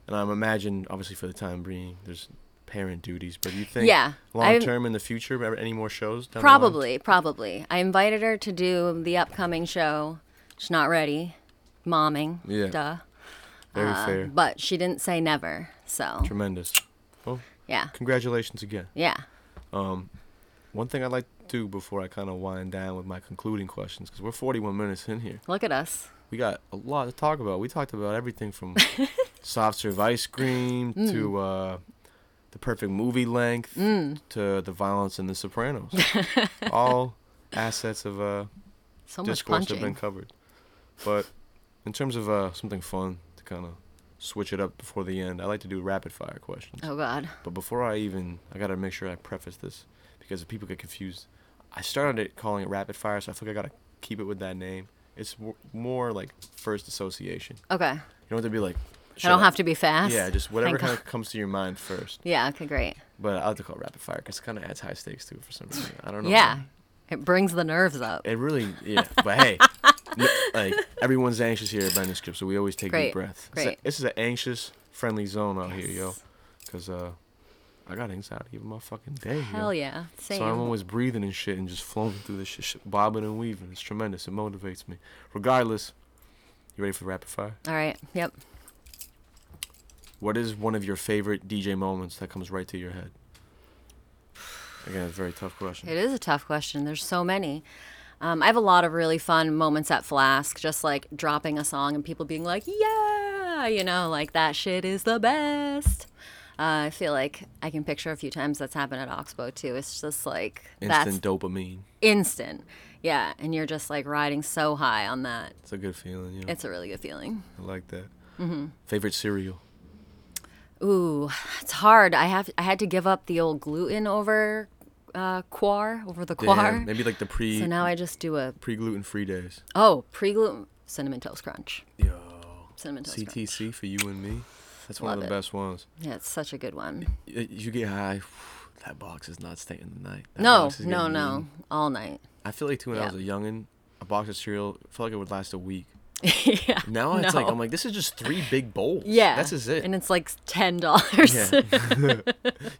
[SPEAKER 2] and I'm imagined, obviously, for the time being, there's parent duties. But do you think,
[SPEAKER 3] Yeah,
[SPEAKER 2] long
[SPEAKER 3] I've-
[SPEAKER 2] term in the future, ever- any more shows? down the line?
[SPEAKER 3] probably, probably. I invited her to do the upcoming show. She's not ready. Momming.
[SPEAKER 2] Yeah.
[SPEAKER 3] Duh.
[SPEAKER 2] Very
[SPEAKER 3] Uh,
[SPEAKER 2] fair.
[SPEAKER 3] But she didn't say never. So
[SPEAKER 2] Tremendous. Well,
[SPEAKER 3] yeah,
[SPEAKER 2] congratulations again.
[SPEAKER 3] yeah.
[SPEAKER 2] One thing I'd like to do before I kind of wind down with my concluding questions, because we're 41 minutes in here.
[SPEAKER 3] Look at us.
[SPEAKER 2] we got a lot to talk about. We talked about everything
[SPEAKER 3] (laughs)
[SPEAKER 2] from soft serve ice cream
[SPEAKER 3] Mm.
[SPEAKER 2] to uh, the perfect movie length
[SPEAKER 3] Mm.
[SPEAKER 2] to the violence in The
[SPEAKER 3] (laughs)
[SPEAKER 2] Sopranos. All assets of uh,
[SPEAKER 3] So much
[SPEAKER 2] discourse have been
[SPEAKER 3] punching.
[SPEAKER 2] covered. But in terms of uh, something fun to kind of switch it up before the end, I like to do rapid fire questions.
[SPEAKER 3] Oh God.
[SPEAKER 2] But before I even, I gotta make sure I preface this because if people get confused, I started it calling it rapid fire, so I think I gotta keep it with that name. It's mo- more like first association.
[SPEAKER 3] Okay.
[SPEAKER 2] You don't have to be like.
[SPEAKER 3] I don't have to be fast.
[SPEAKER 2] Yeah, just whatever
[SPEAKER 3] Thank
[SPEAKER 2] kind of
[SPEAKER 3] God.
[SPEAKER 2] comes to your mind first.
[SPEAKER 3] Yeah. Okay. Great.
[SPEAKER 2] But I like to call it rapid fire because it kind of adds high stakes to it for some reason. I don't know.
[SPEAKER 3] Yeah.
[SPEAKER 2] why.
[SPEAKER 3] It brings the nerves up.
[SPEAKER 2] It really,
[SPEAKER 3] (laughs)
[SPEAKER 2] yeah. But hey, n- like everyone's anxious here at Bending Script, so we always take
[SPEAKER 3] Great,
[SPEAKER 2] deep breaths. It's a-
[SPEAKER 3] great.
[SPEAKER 2] this is an anxious, friendly zone out here, yo.
[SPEAKER 3] Yes.
[SPEAKER 2] Because uh, I got anxiety even my fucking day. yo.
[SPEAKER 3] Hell yeah. Same.
[SPEAKER 2] So I'm always breathing and shit and just flowing through this shit, shit, bobbing and weaving. It's tremendous. It motivates me. Regardless, you ready for the rapid fire?
[SPEAKER 3] All right. Yep.
[SPEAKER 2] What is one of your favorite DJ moments that comes right to your head? Again, it's a very tough question.
[SPEAKER 3] It is a tough question. There's so many. Um, I have a lot of really fun moments at Flask, just like dropping a song and people being like, yeah, you know, like that shit is the best. Uh, I feel like I can picture a few times that's happened at Oxbow too. It's just like
[SPEAKER 2] Instant dopamine.
[SPEAKER 3] that's instant. Yeah. And you're just like riding so high on that.
[SPEAKER 2] It's a good feeling. Yeah,
[SPEAKER 3] It's Mm-hmm. a really good feeling.
[SPEAKER 2] I like that. Favorite cereal.
[SPEAKER 3] Ooh, it's hard. I have I had to give up the old gluten over uh, quar over the quar.
[SPEAKER 2] Damn, maybe like the pre
[SPEAKER 3] So now I just do a
[SPEAKER 2] pre gluten free days.
[SPEAKER 3] oh pre gluten cinnamon toast crunch.
[SPEAKER 2] Yo,
[SPEAKER 3] Cinnamon toast crunch.
[SPEAKER 2] CTC for you and me. That's one
[SPEAKER 3] Love
[SPEAKER 2] of
[SPEAKER 3] it.
[SPEAKER 2] the best ones.
[SPEAKER 3] Yeah, it's such a good one.
[SPEAKER 2] Y- You get high. (sighs) That box is not staying the night. That
[SPEAKER 3] No,
[SPEAKER 2] box is
[SPEAKER 3] no,
[SPEAKER 2] getting
[SPEAKER 3] no,
[SPEAKER 2] eaten.
[SPEAKER 3] all
[SPEAKER 2] (laughs)
[SPEAKER 3] night. (laughs)
[SPEAKER 2] I feel like too when I
[SPEAKER 3] Yeah.
[SPEAKER 2] was a youngin, a box of cereal felt like it would last a week.
[SPEAKER 3] yeah.
[SPEAKER 2] Now it's like
[SPEAKER 3] No.
[SPEAKER 2] I'm like, this is just three big bowls.
[SPEAKER 3] (laughs) Yeah.
[SPEAKER 2] that's just it.
[SPEAKER 3] And it's like ten
[SPEAKER 2] (laughs)
[SPEAKER 3] dollars.
[SPEAKER 2] yeah, yeah.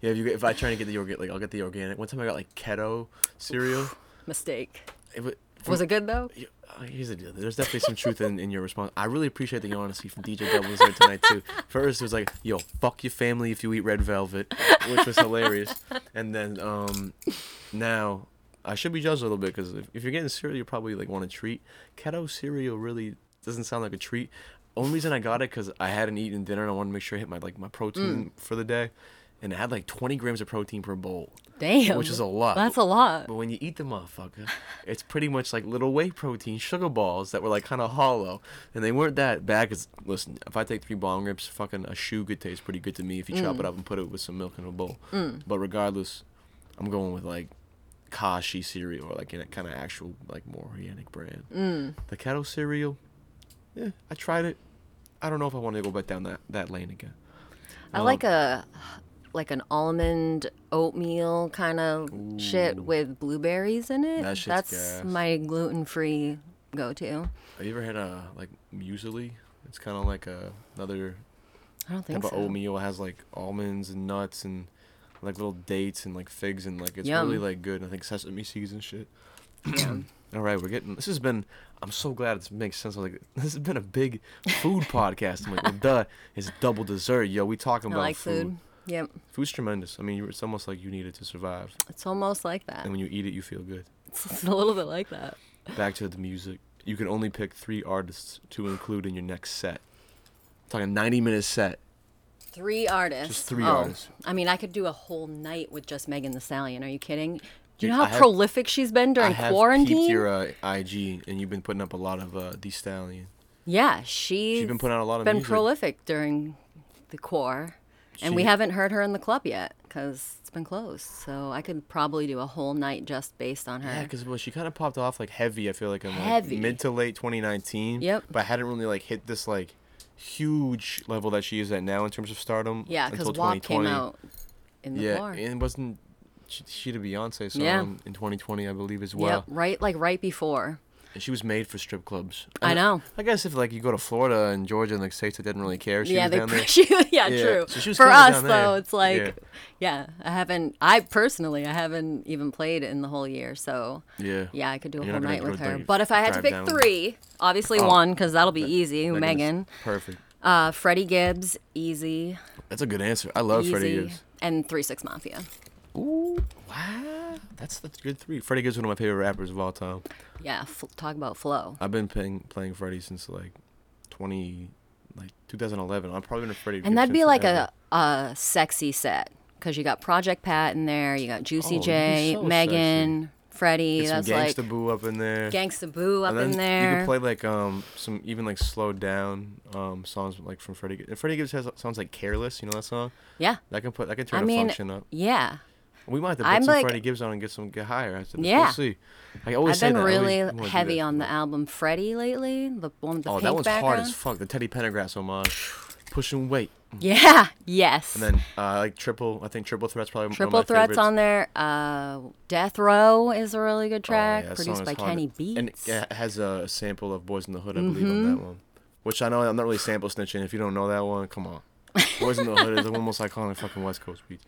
[SPEAKER 2] If you get, if I try to get the organic, like I'll get the organic. One time I got like keto
[SPEAKER 3] (sighs)
[SPEAKER 2] cereal.
[SPEAKER 3] (laughs) Mistake.
[SPEAKER 2] It was,
[SPEAKER 3] Was it good though?
[SPEAKER 2] You- uh, Here's the deal. There's definitely some truth in, in your response. I really appreciate the honesty from DJ Double Dessert tonight too. First, it was like, "Yo, fuck your family if you eat red velvet," which was hilarious, and then um, now I should be judged a little bit because if, if you're getting cereal, you probably like want a treat. Keto cereal really doesn't sound like a treat. Only reason I got it because I hadn't eaten dinner and I wanted to make sure I hit my like my protein for the day, and it had like 20 grams of protein per bowl.
[SPEAKER 3] Damn.
[SPEAKER 2] Which is a lot.
[SPEAKER 3] That's a lot.
[SPEAKER 2] But when you eat the motherfucker, it's pretty much like little whey protein sugar balls that were like kind of hollow, and they weren't that bad. Cause listen, if I take three bong rips, fucking a shoe could taste pretty good to me if you chop it up and put it with some milk in a bowl. But regardless, I'm going with like Kashi cereal or like in a kind of actual like more organic brand. The keto cereal, yeah, I tried it. I don't know if I want to go back down that that lane again.
[SPEAKER 3] I like a like an almond oatmeal kind of shit with blueberries in it.
[SPEAKER 2] That shit's
[SPEAKER 3] That's
[SPEAKER 2] gas.
[SPEAKER 3] my gluten-free go-to.
[SPEAKER 2] Have you ever had a like muesli? It's kind of like a, another
[SPEAKER 3] I don't think
[SPEAKER 2] type of
[SPEAKER 3] so.
[SPEAKER 2] oatmeal. It has like almonds and nuts and like little dates and like figs and like it's
[SPEAKER 3] Yum.
[SPEAKER 2] really like good. And I think sesame seeds and shit. (clears throat) All right, we're getting. This has been. I'm so glad it makes sense. I'm like, this has been a big food
[SPEAKER 3] (laughs)
[SPEAKER 2] podcast. I'm like, well, duh, it's double dessert, yo. We talking
[SPEAKER 3] I
[SPEAKER 2] about
[SPEAKER 3] like
[SPEAKER 2] food.
[SPEAKER 3] food. Yep.
[SPEAKER 2] Food's tremendous. I mean, you- it's almost like you need it to survive,
[SPEAKER 3] It's almost like that.
[SPEAKER 2] and when you eat it, you feel good.
[SPEAKER 3] It's, it's a little bit like that.
[SPEAKER 2] Back to the music. You can only pick three artists to include in your next set. talking 90 minute set.
[SPEAKER 3] Three artists.
[SPEAKER 2] Just three
[SPEAKER 3] Oh,
[SPEAKER 2] artists.
[SPEAKER 3] I mean, I could do a whole night with just Megan the Stallion. Are you kidding? Do you
[SPEAKER 2] Dude,
[SPEAKER 3] know how
[SPEAKER 2] I have-
[SPEAKER 3] prolific she's been during
[SPEAKER 2] I have
[SPEAKER 3] quarantine?
[SPEAKER 2] peeped your uh, IG, and you've been putting up a lot of uh, D Stallion.
[SPEAKER 3] Yeah, she's
[SPEAKER 2] been putting out a lot of
[SPEAKER 3] been
[SPEAKER 2] music.
[SPEAKER 3] prolific during the core, and we
[SPEAKER 2] She-
[SPEAKER 3] haven't heard her in the club yet because it's been closed. So I could probably do a whole night just based on her.
[SPEAKER 2] Yeah, because well, she kind of popped off like heavy. I feel like in like,
[SPEAKER 3] Heavy.
[SPEAKER 2] mid to late 2019.
[SPEAKER 3] Yep.
[SPEAKER 2] But hadn't really like hit this like huge level that she is at now in terms of stardom.
[SPEAKER 3] yeah, because
[SPEAKER 2] until
[SPEAKER 3] WAP came
[SPEAKER 2] 2020.
[SPEAKER 3] out in the
[SPEAKER 2] yeah,
[SPEAKER 3] core.
[SPEAKER 2] and it wasn't she, she did a Beyonce song
[SPEAKER 3] Yeah.
[SPEAKER 2] in 2020, I believe, as
[SPEAKER 3] Yep,
[SPEAKER 2] well.
[SPEAKER 3] right, like right before.
[SPEAKER 2] And she was made for strip clubs.
[SPEAKER 3] I
[SPEAKER 2] And
[SPEAKER 3] know.
[SPEAKER 2] I guess if like you go to Florida and Georgia and like states that didn't really care, she
[SPEAKER 3] yeah,
[SPEAKER 2] was
[SPEAKER 3] they
[SPEAKER 2] down there.
[SPEAKER 3] push you. (laughs)
[SPEAKER 2] Yeah,
[SPEAKER 3] Yeah, true.
[SPEAKER 2] so she was
[SPEAKER 3] For
[SPEAKER 2] killing it
[SPEAKER 3] us
[SPEAKER 2] down there.
[SPEAKER 3] though, it's like,
[SPEAKER 2] Yeah.
[SPEAKER 3] yeah. I haven't. I personally, I haven't even played in the whole year. So
[SPEAKER 2] Yeah.
[SPEAKER 3] yeah, I could do a
[SPEAKER 2] You're
[SPEAKER 3] whole
[SPEAKER 2] not gonna
[SPEAKER 3] night with
[SPEAKER 2] go
[SPEAKER 3] her.
[SPEAKER 2] down-
[SPEAKER 3] But if I had to
[SPEAKER 2] drive
[SPEAKER 3] pick
[SPEAKER 2] down.
[SPEAKER 3] three, obviously
[SPEAKER 2] Oh,
[SPEAKER 3] one because that'll be easy.
[SPEAKER 2] Megan is
[SPEAKER 3] Megan,
[SPEAKER 2] Perfect.
[SPEAKER 3] uh, Freddie Gibbs, easy,
[SPEAKER 2] That's a good answer. I love
[SPEAKER 3] easy,
[SPEAKER 2] Oh, Freddie Gibbs.
[SPEAKER 3] and Three Six Mafia.
[SPEAKER 2] Ooh, wow. That's that's a good three. Freddie Gibbs is one of my favorite rappers of all time.
[SPEAKER 3] Yeah, f- talk about flow.
[SPEAKER 2] I've been playing playing Freddie since like twenty like 2011. I'm probably been a Freddie.
[SPEAKER 3] And that'd
[SPEAKER 2] Gibbs
[SPEAKER 3] be
[SPEAKER 2] fan
[SPEAKER 3] like
[SPEAKER 2] forever.
[SPEAKER 3] a, a sexy set because you got Project Pat in there, you got
[SPEAKER 2] Oh,
[SPEAKER 3] Juicy
[SPEAKER 2] you'd be
[SPEAKER 3] J,
[SPEAKER 2] so
[SPEAKER 3] Megan, Freddie.
[SPEAKER 2] Get some
[SPEAKER 3] that's like
[SPEAKER 2] Gangsta Boo up in there.
[SPEAKER 3] Gangsta Boo up
[SPEAKER 2] and then
[SPEAKER 3] in
[SPEAKER 2] You
[SPEAKER 3] there.
[SPEAKER 2] could play like um some even like slowed down um songs like from Freddie. Gibbs. Freddie Gibbs has sounds like Careless. You know that song?
[SPEAKER 3] yeah,
[SPEAKER 2] That can put that can turn
[SPEAKER 3] I
[SPEAKER 2] a
[SPEAKER 3] mean,
[SPEAKER 2] function up.
[SPEAKER 3] yeah.
[SPEAKER 2] We might have to put
[SPEAKER 3] I'm
[SPEAKER 2] some
[SPEAKER 3] like-
[SPEAKER 2] Freddie Gibbs on and get some get higher. After this.
[SPEAKER 3] Yeah.
[SPEAKER 2] We'll see. I always
[SPEAKER 3] I've
[SPEAKER 2] say
[SPEAKER 3] been
[SPEAKER 2] that. I always
[SPEAKER 3] really
[SPEAKER 2] wanna do
[SPEAKER 3] heavy
[SPEAKER 2] that.
[SPEAKER 3] on the album Freddie lately, the one with the
[SPEAKER 2] Oh,
[SPEAKER 3] pink
[SPEAKER 2] that one's
[SPEAKER 3] background.
[SPEAKER 2] hard as fuck. The Teddy Pendergrass homage. Pushing weight.
[SPEAKER 3] (laughs) Yeah, yes.
[SPEAKER 2] And then uh, like triple, I think triple threats probably one
[SPEAKER 3] Triple
[SPEAKER 2] of my
[SPEAKER 3] Threats
[SPEAKER 2] favorites.
[SPEAKER 3] on there. Uh, Death Row is a really good
[SPEAKER 2] Oh, yeah,
[SPEAKER 3] track,
[SPEAKER 2] that song
[SPEAKER 3] produced
[SPEAKER 2] is
[SPEAKER 3] by
[SPEAKER 2] hard.
[SPEAKER 3] Kenny
[SPEAKER 2] And
[SPEAKER 3] Beats. Mm-hmm.
[SPEAKER 2] it has a sample of Boys in the Hood, I believe, on that one. Which I know I'm not really sample snitching. If you don't know that one, come on. Boys in the Hood is the one most iconic fucking West Coast beat.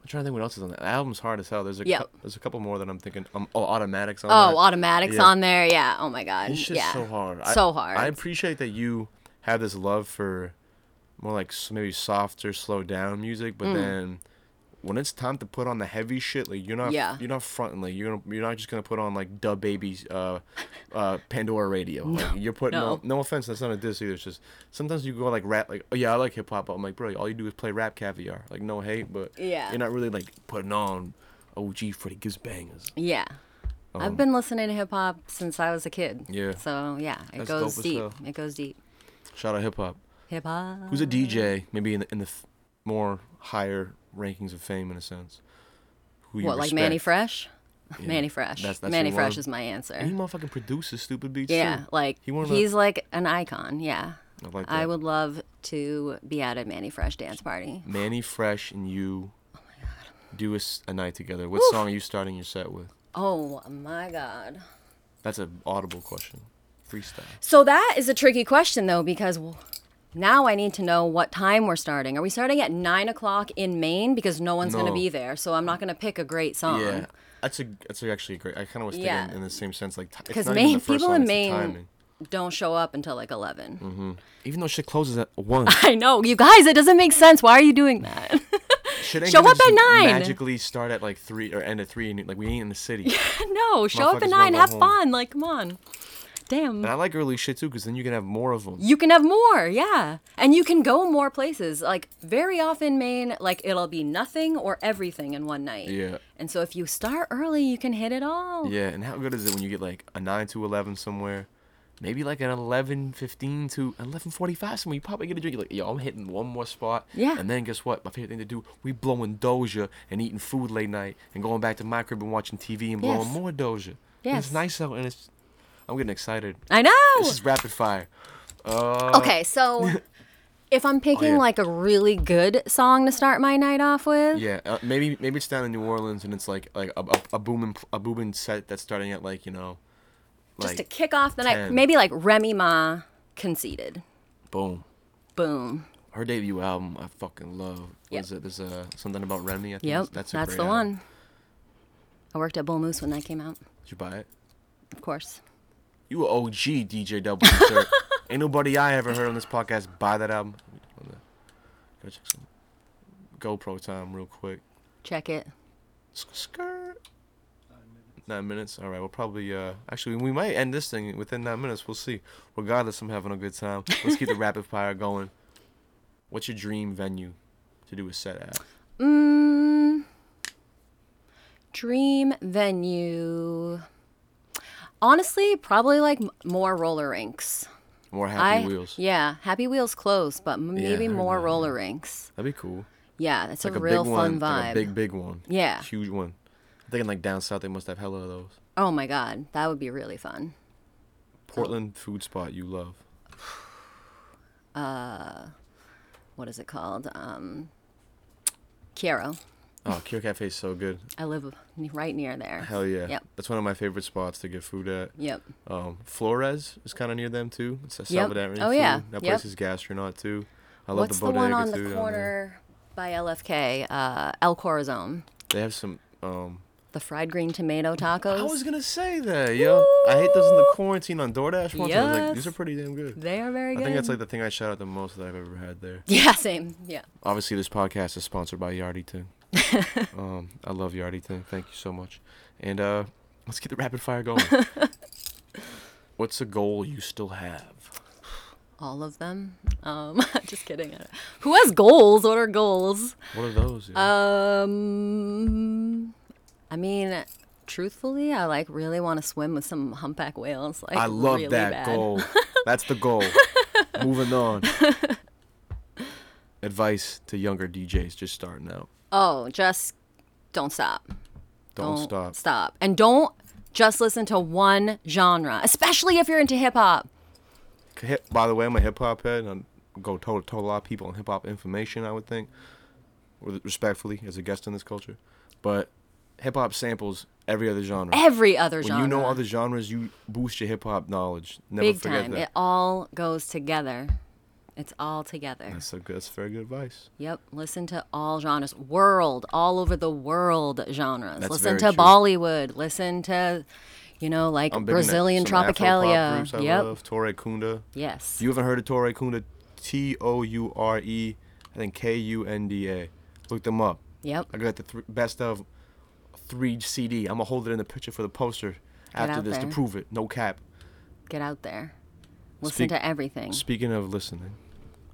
[SPEAKER 2] I'm trying to think what else is on that. The album's hard as hell. There's a
[SPEAKER 3] Yeah.
[SPEAKER 2] cou- there's a couple more that I'm thinking. Um, oh, automatics on
[SPEAKER 3] Oh,
[SPEAKER 2] that.
[SPEAKER 3] automatics
[SPEAKER 2] Yeah.
[SPEAKER 3] on there. Yeah. Oh my god.
[SPEAKER 2] It's just
[SPEAKER 3] yeah.
[SPEAKER 2] so hard.
[SPEAKER 3] So
[SPEAKER 2] I,
[SPEAKER 3] hard.
[SPEAKER 2] I appreciate that you have this love for more like s- maybe softer, slow down music,
[SPEAKER 3] Mm.
[SPEAKER 2] but then when it's time to put on the heavy shit, like you're not
[SPEAKER 3] Yeah.
[SPEAKER 2] you're not fronting, like you're gonna, you're not just gonna put on like Dub Baby's uh, uh, Pandora Radio. like, you're putting
[SPEAKER 3] (laughs) no.
[SPEAKER 2] no. no offense, that's not a diss either. It's just sometimes you go like rap, like oh yeah, I like hip hop, but I'm like bro, all you do is play rap caviar. Like no hate, but
[SPEAKER 3] Yeah.
[SPEAKER 2] you're not really like putting on OG Freddie Gibbs bangers.
[SPEAKER 3] Yeah. I've been listening to hip hop since I was a kid.
[SPEAKER 2] Um, Yeah.
[SPEAKER 3] So yeah, it
[SPEAKER 2] That's
[SPEAKER 3] goes
[SPEAKER 2] dope as
[SPEAKER 3] deep.
[SPEAKER 2] hell.
[SPEAKER 3] It goes deep.
[SPEAKER 2] Shout out hip hop.
[SPEAKER 3] Hip hop.
[SPEAKER 2] Who's a DJ? Maybe in the, in the f- more higher rankings of fame, in a sense. Who
[SPEAKER 3] What, like
[SPEAKER 2] respect.
[SPEAKER 3] Manny Fresh? Manny Fresh.
[SPEAKER 2] That's- that's
[SPEAKER 3] Manny
[SPEAKER 2] your
[SPEAKER 3] Fresh
[SPEAKER 2] one?
[SPEAKER 3] is my answer.
[SPEAKER 2] And he motherfucking produces stupid beats.
[SPEAKER 3] yeah,
[SPEAKER 2] too.
[SPEAKER 3] like
[SPEAKER 2] he one of the-
[SPEAKER 3] he's like an icon. Yeah.
[SPEAKER 2] I like
[SPEAKER 3] I
[SPEAKER 2] that.
[SPEAKER 3] would love to be at a Manny Fresh dance party.
[SPEAKER 2] Manny Fresh and you.
[SPEAKER 3] Oh
[SPEAKER 2] Do a, s- a night together. What song are you starting your set with?
[SPEAKER 3] Oh my god.
[SPEAKER 2] That's an audible question. Freestyle.
[SPEAKER 3] So that is a tricky question though because w- now I need to know what time we're starting. Are we starting at nine o'clock in Maine because no one's going
[SPEAKER 2] No.
[SPEAKER 3] to be there? So I'm not going to pick a great song.
[SPEAKER 2] Yeah, that's a that's a actually great. I kind of was thinking
[SPEAKER 3] Yeah.
[SPEAKER 2] in the same sense, like
[SPEAKER 3] because
[SPEAKER 2] because
[SPEAKER 3] Maine people in Maine
[SPEAKER 2] timing.
[SPEAKER 3] don't show up until like 11
[SPEAKER 2] even though shit closes at one,
[SPEAKER 3] (laughs) I know, you guys. It doesn't make sense. Why are you doing that? (laughs)
[SPEAKER 2] shit ain't
[SPEAKER 3] Show
[SPEAKER 2] gonna
[SPEAKER 3] up at
[SPEAKER 2] just
[SPEAKER 3] nine.
[SPEAKER 2] Magically start at like three or end at three, and like we ain't in the
[SPEAKER 3] (laughs)
[SPEAKER 2] city.
[SPEAKER 3] no, show up
[SPEAKER 2] Motherfuckers
[SPEAKER 3] at
[SPEAKER 2] wanna
[SPEAKER 3] nine,
[SPEAKER 2] go
[SPEAKER 3] have
[SPEAKER 2] home.
[SPEAKER 3] fun. Like, come on. Damn.
[SPEAKER 2] But I like early shit too, because then you can have more of them.
[SPEAKER 3] You can have more, yeah. And you can go more places. Like very often Maine, like it'll be nothing or everything in one night.
[SPEAKER 2] Yeah.
[SPEAKER 3] And so if you start early, you can hit it all.
[SPEAKER 2] Yeah, and how good is it when you get like a nine to eleven somewhere, maybe like an eleven fifteen to eleven forty five somewhere. You probably get a drink. You're like, yo, I'm hitting one more spot.
[SPEAKER 3] Yeah.
[SPEAKER 2] And then guess what? My favorite thing to do, we blowing Doja and eating food late night and going back to my crib and watching TV and blowing
[SPEAKER 3] Yes.
[SPEAKER 2] more Doja.
[SPEAKER 3] Yes. Oh.
[SPEAKER 2] It's nice out and it's. I'm getting excited.
[SPEAKER 3] I
[SPEAKER 2] This
[SPEAKER 3] know.
[SPEAKER 2] is rapid fire. (laughs)
[SPEAKER 3] okay,
[SPEAKER 2] Oh,
[SPEAKER 3] so if I'm picking
[SPEAKER 2] yeah.
[SPEAKER 3] like a really good song to start my night off with,
[SPEAKER 2] Yeah, uh, maybe maybe it's down in New Orleans and it's like like a, a, a booming a booming set that's starting at like you know,
[SPEAKER 3] just
[SPEAKER 2] like
[SPEAKER 3] to kick off the night,
[SPEAKER 2] 10.
[SPEAKER 3] maybe like Remy Ma conceded.
[SPEAKER 2] boom.
[SPEAKER 3] Boom.
[SPEAKER 2] Her debut album, I fucking love.
[SPEAKER 3] Yep.
[SPEAKER 2] Was it? There's uh, something about Remy. I think
[SPEAKER 3] Yep.
[SPEAKER 2] that's
[SPEAKER 3] That's,
[SPEAKER 2] a great
[SPEAKER 3] the
[SPEAKER 2] album.
[SPEAKER 3] one. I worked at Bull Moose when that came out,
[SPEAKER 2] Did you buy it?
[SPEAKER 3] of course.
[SPEAKER 2] You a OG DJ Double. sir.
[SPEAKER 3] (laughs)
[SPEAKER 2] Ain't nobody I ever heard on this podcast buy that album. Hold on. Go check some GoPro time real quick.
[SPEAKER 3] Check it.
[SPEAKER 2] Sk- Skirt. Nine minutes. All right. We'll probably uh actually we might end this thing within nine minutes. We'll see. Regardless, I'm having a good time. Let's
[SPEAKER 3] (laughs)
[SPEAKER 2] keep the rapid fire going. What's your dream venue to do a set at?
[SPEAKER 3] Mm, dream venue. Honestly, probably like m- more roller rinks.
[SPEAKER 2] More Happy
[SPEAKER 3] I
[SPEAKER 2] Wheels.
[SPEAKER 3] yeah, Happy Wheels close, but m-
[SPEAKER 2] Yeah,
[SPEAKER 3] maybe
[SPEAKER 2] I heard
[SPEAKER 3] more
[SPEAKER 2] about
[SPEAKER 3] roller rinks.
[SPEAKER 2] That'd be cool.
[SPEAKER 3] Yeah, that's
[SPEAKER 2] like
[SPEAKER 3] a,
[SPEAKER 2] a
[SPEAKER 3] real
[SPEAKER 2] big one,
[SPEAKER 3] fun
[SPEAKER 2] like
[SPEAKER 3] vibe.
[SPEAKER 2] a big big one.
[SPEAKER 3] Yeah.
[SPEAKER 2] huge one. I'm thinking like down south they must have hella of those.
[SPEAKER 3] Oh my god, that would be really fun.
[SPEAKER 2] Portland food spot you love.
[SPEAKER 3] What is it called? Um, Kiero.
[SPEAKER 2] Oh,
[SPEAKER 3] (laughs)
[SPEAKER 2] Cure Cafe is so good.
[SPEAKER 3] I live n- right near there.
[SPEAKER 2] Hell yeah.
[SPEAKER 3] Yep.
[SPEAKER 2] That's one of my favorite spots to get food at.
[SPEAKER 3] Yep.
[SPEAKER 2] Um, Flores is kind of near them too. It's a
[SPEAKER 3] Yep.
[SPEAKER 2] Salvadoran
[SPEAKER 3] Oh,
[SPEAKER 2] food.
[SPEAKER 3] yeah.
[SPEAKER 2] That
[SPEAKER 3] Yep.
[SPEAKER 2] place is gastronaut too. I love
[SPEAKER 3] What's
[SPEAKER 2] the
[SPEAKER 3] the, one
[SPEAKER 2] bodega
[SPEAKER 3] on
[SPEAKER 2] too.
[SPEAKER 3] the
[SPEAKER 2] down there.
[SPEAKER 3] corner by LFK? Uh, El Corazon.
[SPEAKER 2] They have some. Um,
[SPEAKER 3] The fried green tomato tacos.
[SPEAKER 2] I was gonna say that, yo. I hate those in the quarantine on DoorDash. Once I was like, these are
[SPEAKER 3] Yes.
[SPEAKER 2] pretty damn good.
[SPEAKER 3] They are very
[SPEAKER 2] I
[SPEAKER 3] good.
[SPEAKER 2] think that's like the thing I shout out the most that I've ever had there.
[SPEAKER 3] (laughs) yeah, same. Yeah.
[SPEAKER 2] Obviously, this podcast is sponsored by
[SPEAKER 3] (laughs)
[SPEAKER 2] Yardyton. um, I love Yardyton. Thank you so much. And uh, let's get the rapid fire
[SPEAKER 3] (laughs)
[SPEAKER 2] going. What's a goal you still have?
[SPEAKER 3] All of them. Um, (laughs) just kidding. I don't- Who has goals? What are goals?
[SPEAKER 2] What are those?
[SPEAKER 3] Oh,
[SPEAKER 2] yo?
[SPEAKER 3] Um, I mean, truthfully, I like really want to swim with some humpback whales. Like,
[SPEAKER 2] I love
[SPEAKER 3] really
[SPEAKER 2] that
[SPEAKER 3] bad. (laughs)
[SPEAKER 2] goal. That's the goal. Moving on. Advice to younger DJs just starting out.
[SPEAKER 3] Oh, just don't stop.
[SPEAKER 2] Don't, stop.
[SPEAKER 3] Stop. And don't just listen to one genre, especially if you're into hip hop.
[SPEAKER 2] Hip, by the way, I'm a hip hop head and I go told told a lot of people on hip hop information. I would think, with- respectfully, as a guest in this culture, but hip hop samples every other genre.
[SPEAKER 3] Every other
[SPEAKER 2] when
[SPEAKER 3] genre.
[SPEAKER 2] you know other genres, you boost your hip hop knowledge. Never
[SPEAKER 3] Big
[SPEAKER 2] forget
[SPEAKER 3] time.
[SPEAKER 2] that.
[SPEAKER 3] It all goes together. It's all together.
[SPEAKER 2] that's a good, that's very good advice.
[SPEAKER 3] Yep, listen to all genres, world, all over the world genres.
[SPEAKER 2] That's very
[SPEAKER 3] listen to
[SPEAKER 2] true.
[SPEAKER 3] Bollywood, listen to, you know, like
[SPEAKER 2] I'm big into
[SPEAKER 3] Brazilian
[SPEAKER 2] some Afro-pop
[SPEAKER 3] Tropicalia.
[SPEAKER 2] Groups I
[SPEAKER 3] yep.
[SPEAKER 2] love Torre Kunda.
[SPEAKER 3] Yes.
[SPEAKER 2] You haven't heard of Torre Kunda? T O U R E, I think K U N D A. Look them up.
[SPEAKER 3] yep.
[SPEAKER 2] I got the thr best of three CD. I'm gonna hold it in the picture for the poster after
[SPEAKER 3] out
[SPEAKER 2] this
[SPEAKER 3] there.
[SPEAKER 2] to prove it. No cap.
[SPEAKER 3] Get out there. Listen
[SPEAKER 2] Speak-
[SPEAKER 3] to everything.
[SPEAKER 2] Speaking of listening,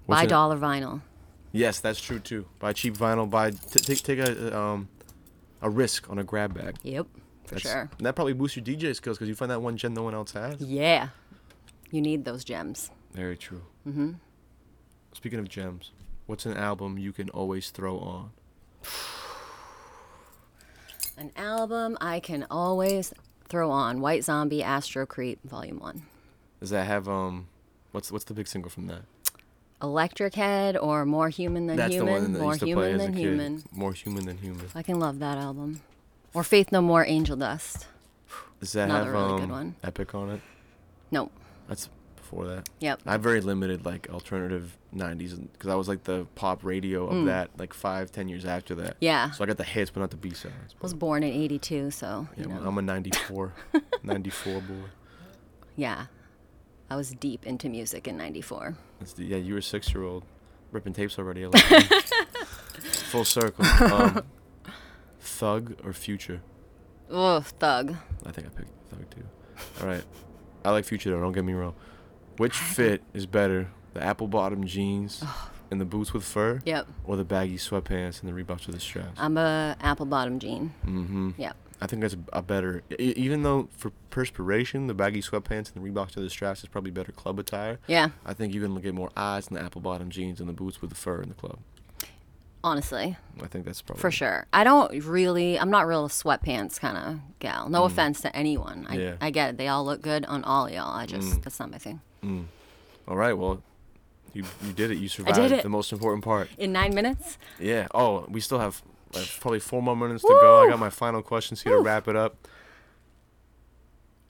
[SPEAKER 2] what's
[SPEAKER 3] Buy
[SPEAKER 2] an-
[SPEAKER 3] dollar vinyl.
[SPEAKER 2] Yes, that's true too. Buy cheap vinyl. Buy t- take take a uh, um a risk on a grab bag.
[SPEAKER 3] Yep, for
[SPEAKER 2] That's-
[SPEAKER 3] sure.
[SPEAKER 2] and that probably boosts your DJ skills because you find that one gen no one else has.
[SPEAKER 3] Yeah. You need those gems.
[SPEAKER 2] Very true. Mm-hmm. Speaking of gems, what's an album you can always throw on?
[SPEAKER 3] An album I can always throw on White Zombie Astro Creep Volume 1.
[SPEAKER 2] Does that have um, what's what's the big single from that?
[SPEAKER 3] Electric Head or More Human Than
[SPEAKER 2] that's the
[SPEAKER 3] Human.
[SPEAKER 2] one that I
[SPEAKER 3] More
[SPEAKER 2] used to play
[SPEAKER 3] Human
[SPEAKER 2] as a
[SPEAKER 3] Than
[SPEAKER 2] kid.
[SPEAKER 3] Human.
[SPEAKER 2] More human than human.
[SPEAKER 3] I can love that album. Or Faith No More, Angel Dust.
[SPEAKER 2] Does that
[SPEAKER 3] Another
[SPEAKER 2] have
[SPEAKER 3] really good
[SPEAKER 2] um,
[SPEAKER 3] one.
[SPEAKER 2] Epic on it?
[SPEAKER 3] No.
[SPEAKER 2] That's before that.
[SPEAKER 3] Yep.
[SPEAKER 2] I have very limited like alternative '90s because I was like the pop radio of that like five, ten years after that.
[SPEAKER 3] Hmm. Yeah.
[SPEAKER 2] So I got the hits, but not the B sides.
[SPEAKER 3] was born in 82, so,
[SPEAKER 2] Yeah,
[SPEAKER 3] you know.
[SPEAKER 2] I'm a
[SPEAKER 3] (laughs)
[SPEAKER 2] '94, '94 boy.
[SPEAKER 3] Yeah. I was deep into music in 94. (laughs)
[SPEAKER 2] That's the, yeah, you were a six year old ripping tapes already. I like that. full circle. Um, thug or Future?
[SPEAKER 3] Oh, thug.
[SPEAKER 2] I think I picked Thug too. All right. I like Future though. Don't get me wrong. Which fit is better, the apple bottom jeans and the boots with fur,
[SPEAKER 3] Yep.
[SPEAKER 2] or the baggy sweatpants and the Reeboks with the straps?
[SPEAKER 3] I'm a apple bottom jean.
[SPEAKER 2] Mm-hmm.
[SPEAKER 3] Yep.
[SPEAKER 2] I think that's a better, e- even though for perspiration, the baggy sweatpants and the Reeboks with the straps is probably better club attire.
[SPEAKER 3] Yeah.
[SPEAKER 2] I think you're gonna get more eyes in the apple bottom jeans and the boots with the fur in the club.
[SPEAKER 3] Honestly,
[SPEAKER 2] I think that's probably
[SPEAKER 3] for sure. I don't really. I'm not real sweatpants kind of gal. No offense to anyone. I,
[SPEAKER 2] Mm. Yeah. Mm.
[SPEAKER 3] I get it. They all look good on all y'all. I just that's not my thing.
[SPEAKER 2] All right, well, you you did it. You survived
[SPEAKER 3] it.
[SPEAKER 2] the most important part.
[SPEAKER 3] In nine minutes.
[SPEAKER 2] Yeah. Oh, we still have uh, probably four more minutes to go. I
[SPEAKER 3] Woo!
[SPEAKER 2] got my final questions here to wrap it up.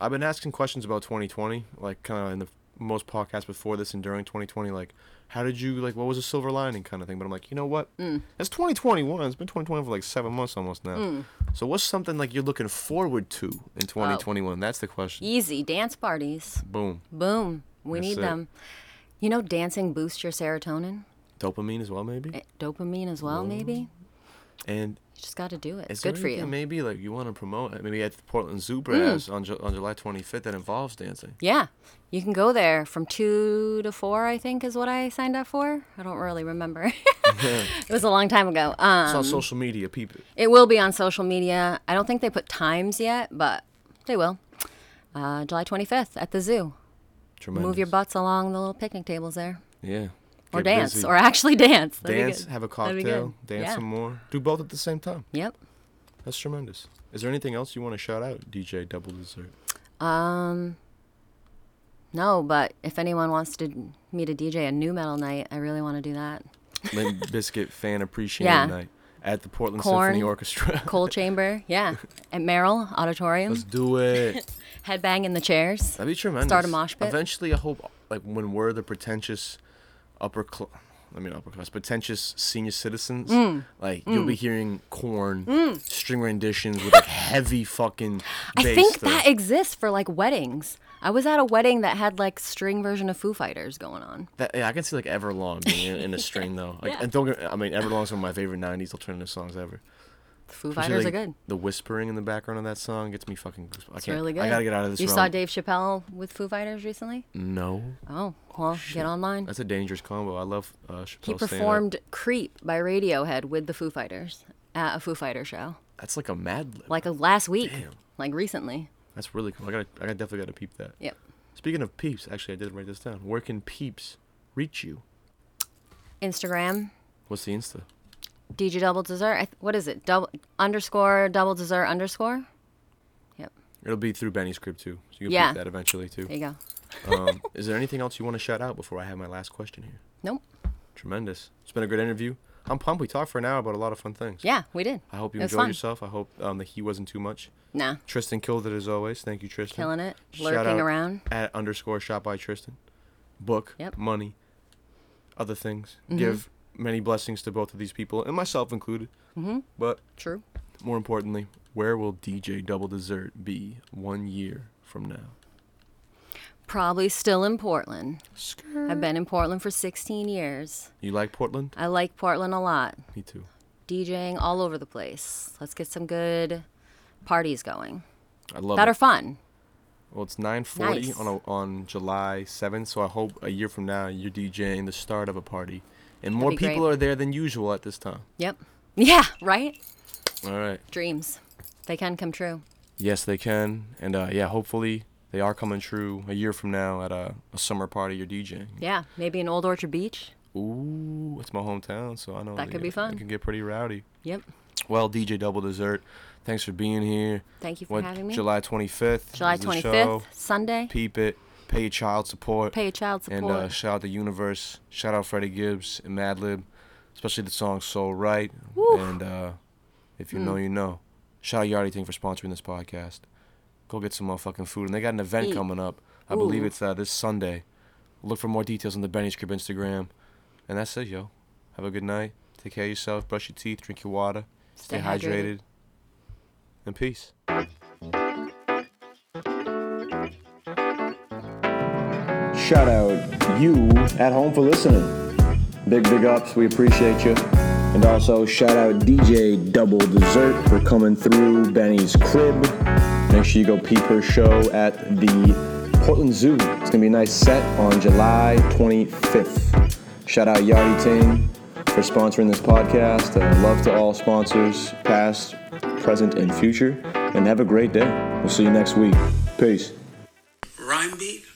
[SPEAKER 2] I've been asking questions about 2020, like kind of in the most podcasts before this and during 2020, like how did you like what was a silver lining kind of thing. But I'm like, you know what?
[SPEAKER 3] Mm.
[SPEAKER 2] It's 2021. It's been 2021 for like seven months almost now.
[SPEAKER 3] Mm.
[SPEAKER 2] So what's something like you're looking forward to
[SPEAKER 3] Oh.
[SPEAKER 2] in 2021? That's the question.
[SPEAKER 3] Easy dance parties.
[SPEAKER 2] Boom.
[SPEAKER 3] Boom. We
[SPEAKER 2] That's
[SPEAKER 3] need
[SPEAKER 2] it.
[SPEAKER 3] them. You know, dancing boosts your serotonin,
[SPEAKER 2] Dopamine as well, maybe.
[SPEAKER 3] eh, dopamine as well. Maybe you
[SPEAKER 2] And
[SPEAKER 3] just got to do it.
[SPEAKER 2] Is
[SPEAKER 3] It's good
[SPEAKER 2] there
[SPEAKER 3] for
[SPEAKER 2] anything
[SPEAKER 3] you. Mm.
[SPEAKER 2] Maybe like you want to promote uh, maybe at the Portland Zoo Brass on, Ju- on July 25th that involves dancing.
[SPEAKER 3] Yeah, you can go there from two to four. I think is what I signed up for. I don't really
[SPEAKER 2] (laughs)
[SPEAKER 3] remember. (laughs) it was a long time ago.
[SPEAKER 2] It's
[SPEAKER 3] Um,
[SPEAKER 2] on social media, people.
[SPEAKER 3] It will be on social media. I don't think they put times yet, but they will. Uh, July 25th at the zoo.
[SPEAKER 2] Tremendous.
[SPEAKER 3] Move your butts along the little picnic tables there.
[SPEAKER 2] Yeah.
[SPEAKER 3] Or
[SPEAKER 2] Get
[SPEAKER 3] dance,
[SPEAKER 2] busy.
[SPEAKER 3] or actually (laughs) dance. That'd be
[SPEAKER 2] dance,
[SPEAKER 3] good.
[SPEAKER 2] have a
[SPEAKER 3] That'd be good.
[SPEAKER 2] cocktail, dance
[SPEAKER 3] Yeah.
[SPEAKER 2] some more. Do both at the same time.
[SPEAKER 3] Yep.
[SPEAKER 2] That's tremendous. Is there anything else you want to shout out, DJ Double
[SPEAKER 3] (laughs)
[SPEAKER 2] Dessert?
[SPEAKER 3] Um, no, but if anyone wants to me to DJ a new metal night, I really want to do that.
[SPEAKER 2] Limp Biscuit Fan Appreciation
[SPEAKER 3] Yeah.
[SPEAKER 2] Night at the Portland
[SPEAKER 3] Corn.
[SPEAKER 2] Symphony
[SPEAKER 3] (laughs)
[SPEAKER 2] Orchestra.
[SPEAKER 3] Coal Chamber, yeah. At Merrill Auditorium,
[SPEAKER 2] Let's do it.
[SPEAKER 3] headbang in the chairs.
[SPEAKER 2] That'd be tremendous.
[SPEAKER 3] Start a mosh pit.
[SPEAKER 2] Eventually, I hope, like, when we're the pretentious upper class, I mean, upper class, pretentious senior citizens,
[SPEAKER 3] Mm.
[SPEAKER 2] like, you'll be hearing corn, string renditions with, like, heavy fucking bass.
[SPEAKER 3] (gasps) I think
[SPEAKER 2] though.
[SPEAKER 3] that exists for like weddings. I was at a wedding that had like string version of Foo Fighters going on.
[SPEAKER 2] That- yeah, I can see, like, Everlong being in, in a string, though.
[SPEAKER 3] (laughs)
[SPEAKER 2] Like, and don't get, I mean, Everlong's one of my favorite 90s alternative songs ever.
[SPEAKER 3] The Foo
[SPEAKER 2] Especially,
[SPEAKER 3] Fighters
[SPEAKER 2] like,
[SPEAKER 3] are good.
[SPEAKER 2] The whispering in the background of that song gets me fucking goosebumps. I
[SPEAKER 3] It's
[SPEAKER 2] can't-
[SPEAKER 3] really good.
[SPEAKER 2] I gotta get out of this
[SPEAKER 3] You
[SPEAKER 2] realm.
[SPEAKER 3] saw Dave Chappelle with Foo Fighters recently?
[SPEAKER 2] No.
[SPEAKER 3] Oh, well, get online.
[SPEAKER 2] That's a dangerous combo. I love uh, Chappelle
[SPEAKER 3] He performed "Creep" by Radiohead with the Foo Fighters at a Foo Fighter show,
[SPEAKER 2] That's like a mad lib.
[SPEAKER 3] like uh, last week,
[SPEAKER 2] Damn.
[SPEAKER 3] like recently.
[SPEAKER 2] That's really cool. I gotta, I gotta definitely gotta peep that.
[SPEAKER 3] Yep.
[SPEAKER 2] Speaking of peeps, actually, I did write this down. Where can peeps reach you?
[SPEAKER 3] Instagram
[SPEAKER 2] What's the Insta?
[SPEAKER 3] DJ Double Dessert. I th- what is it? Double underscore Double Dessert underscore. Yep.
[SPEAKER 2] It'll be through Benny's crib too, so you can
[SPEAKER 3] Yeah.
[SPEAKER 2] peep that eventually too.
[SPEAKER 3] There you go.
[SPEAKER 2] Um, (laughs) is there anything else you want to shout out before I have my last question here?
[SPEAKER 3] Nope.
[SPEAKER 2] Tremendous. It's been a great interview. I'm pumped. We talked for an hour about a lot of fun things.
[SPEAKER 3] Yeah, we did.
[SPEAKER 2] I hope you
[SPEAKER 3] It was
[SPEAKER 2] enjoyed
[SPEAKER 3] fun.
[SPEAKER 2] yourself. I hope um, the heat wasn't too much.
[SPEAKER 3] Nah,
[SPEAKER 2] Tristan killed it as always. Thank you, Tristan.
[SPEAKER 3] killing it.
[SPEAKER 2] Shout
[SPEAKER 3] Lurking
[SPEAKER 2] out
[SPEAKER 3] around.
[SPEAKER 2] At underscore shop by Tristan. Book,
[SPEAKER 3] Yep. Mm-hmm.
[SPEAKER 2] money, other things. Give many blessings to both of these people and myself included. Mm-hmm. But
[SPEAKER 3] True.
[SPEAKER 2] more importantly, where will DJ Double Dessert be one year from now?
[SPEAKER 3] Probably still in Portland. I've been in Portland for 16 years.
[SPEAKER 2] You like Portland?
[SPEAKER 3] I like Portland a lot.
[SPEAKER 2] Me too.
[SPEAKER 3] DJing all over the place. Let's get some good parties going
[SPEAKER 2] I love
[SPEAKER 3] that
[SPEAKER 2] it.
[SPEAKER 3] are fun.
[SPEAKER 2] well, it's 9:40
[SPEAKER 3] Nice.
[SPEAKER 2] on a, on July 7th, so I hope a year from now you're DJing the start of a party, and more
[SPEAKER 3] be great.
[SPEAKER 2] people are there than usual at this time.
[SPEAKER 3] Yep. (laughs) Yeah, right?
[SPEAKER 2] All right.
[SPEAKER 3] Dreams. They can come true.
[SPEAKER 2] Yes, they can. And uh, yeah, hopefully they are coming true a year from now at a, a summer party you're DJing.
[SPEAKER 3] Yeah, maybe in Old Orchard Beach.
[SPEAKER 2] Ooh, it's my hometown, so I know
[SPEAKER 3] That
[SPEAKER 2] they-
[SPEAKER 3] could be fun.
[SPEAKER 2] It can get pretty rowdy.
[SPEAKER 3] Yep.
[SPEAKER 2] Well, DJ Double Dessert, thanks for being here.
[SPEAKER 3] Thank you for
[SPEAKER 2] What-
[SPEAKER 3] having me.
[SPEAKER 2] July 25th.
[SPEAKER 3] July
[SPEAKER 2] is the
[SPEAKER 3] 25th,
[SPEAKER 2] show.
[SPEAKER 3] Sunday.
[SPEAKER 2] Peep it. Pay your child support.
[SPEAKER 3] Pay your child
[SPEAKER 2] and
[SPEAKER 3] support.
[SPEAKER 2] uh, shout out the universe. Shout out Freddie Gibbs and Madlib, especially the song "So Right."
[SPEAKER 3] Woo.
[SPEAKER 2] And uh, if you
[SPEAKER 3] Hmm.
[SPEAKER 2] know, you know. Shout out Yardi Ting for sponsoring this podcast. Go get some motherfucking food, and they got an event
[SPEAKER 3] Eat.
[SPEAKER 2] coming up. I believe
[SPEAKER 3] Ooh.
[SPEAKER 2] it's uh, this Sunday. Look for more details on the Benny's Crib Instagram. And that's it, yo. Have a good night. Take care of yourself. Brush your teeth. Drink your water. Stay,
[SPEAKER 3] Stay
[SPEAKER 2] hydrated.
[SPEAKER 3] hydrated.
[SPEAKER 2] And peace.
[SPEAKER 4] shout out you at home for listening. Big, big ups. We appreciate you. And also, shout out DJ Double Dessert for coming through Benny's crib. Make sure you go peep her show at the Portland Zoo. It's going to be a nice set on July 25th. Shout out Yachty Ting for sponsoring this podcast. Uh, love to all sponsors, past, present, and future. And have a great day. We'll see you next week. Peace.
[SPEAKER 5] Rhyme beat?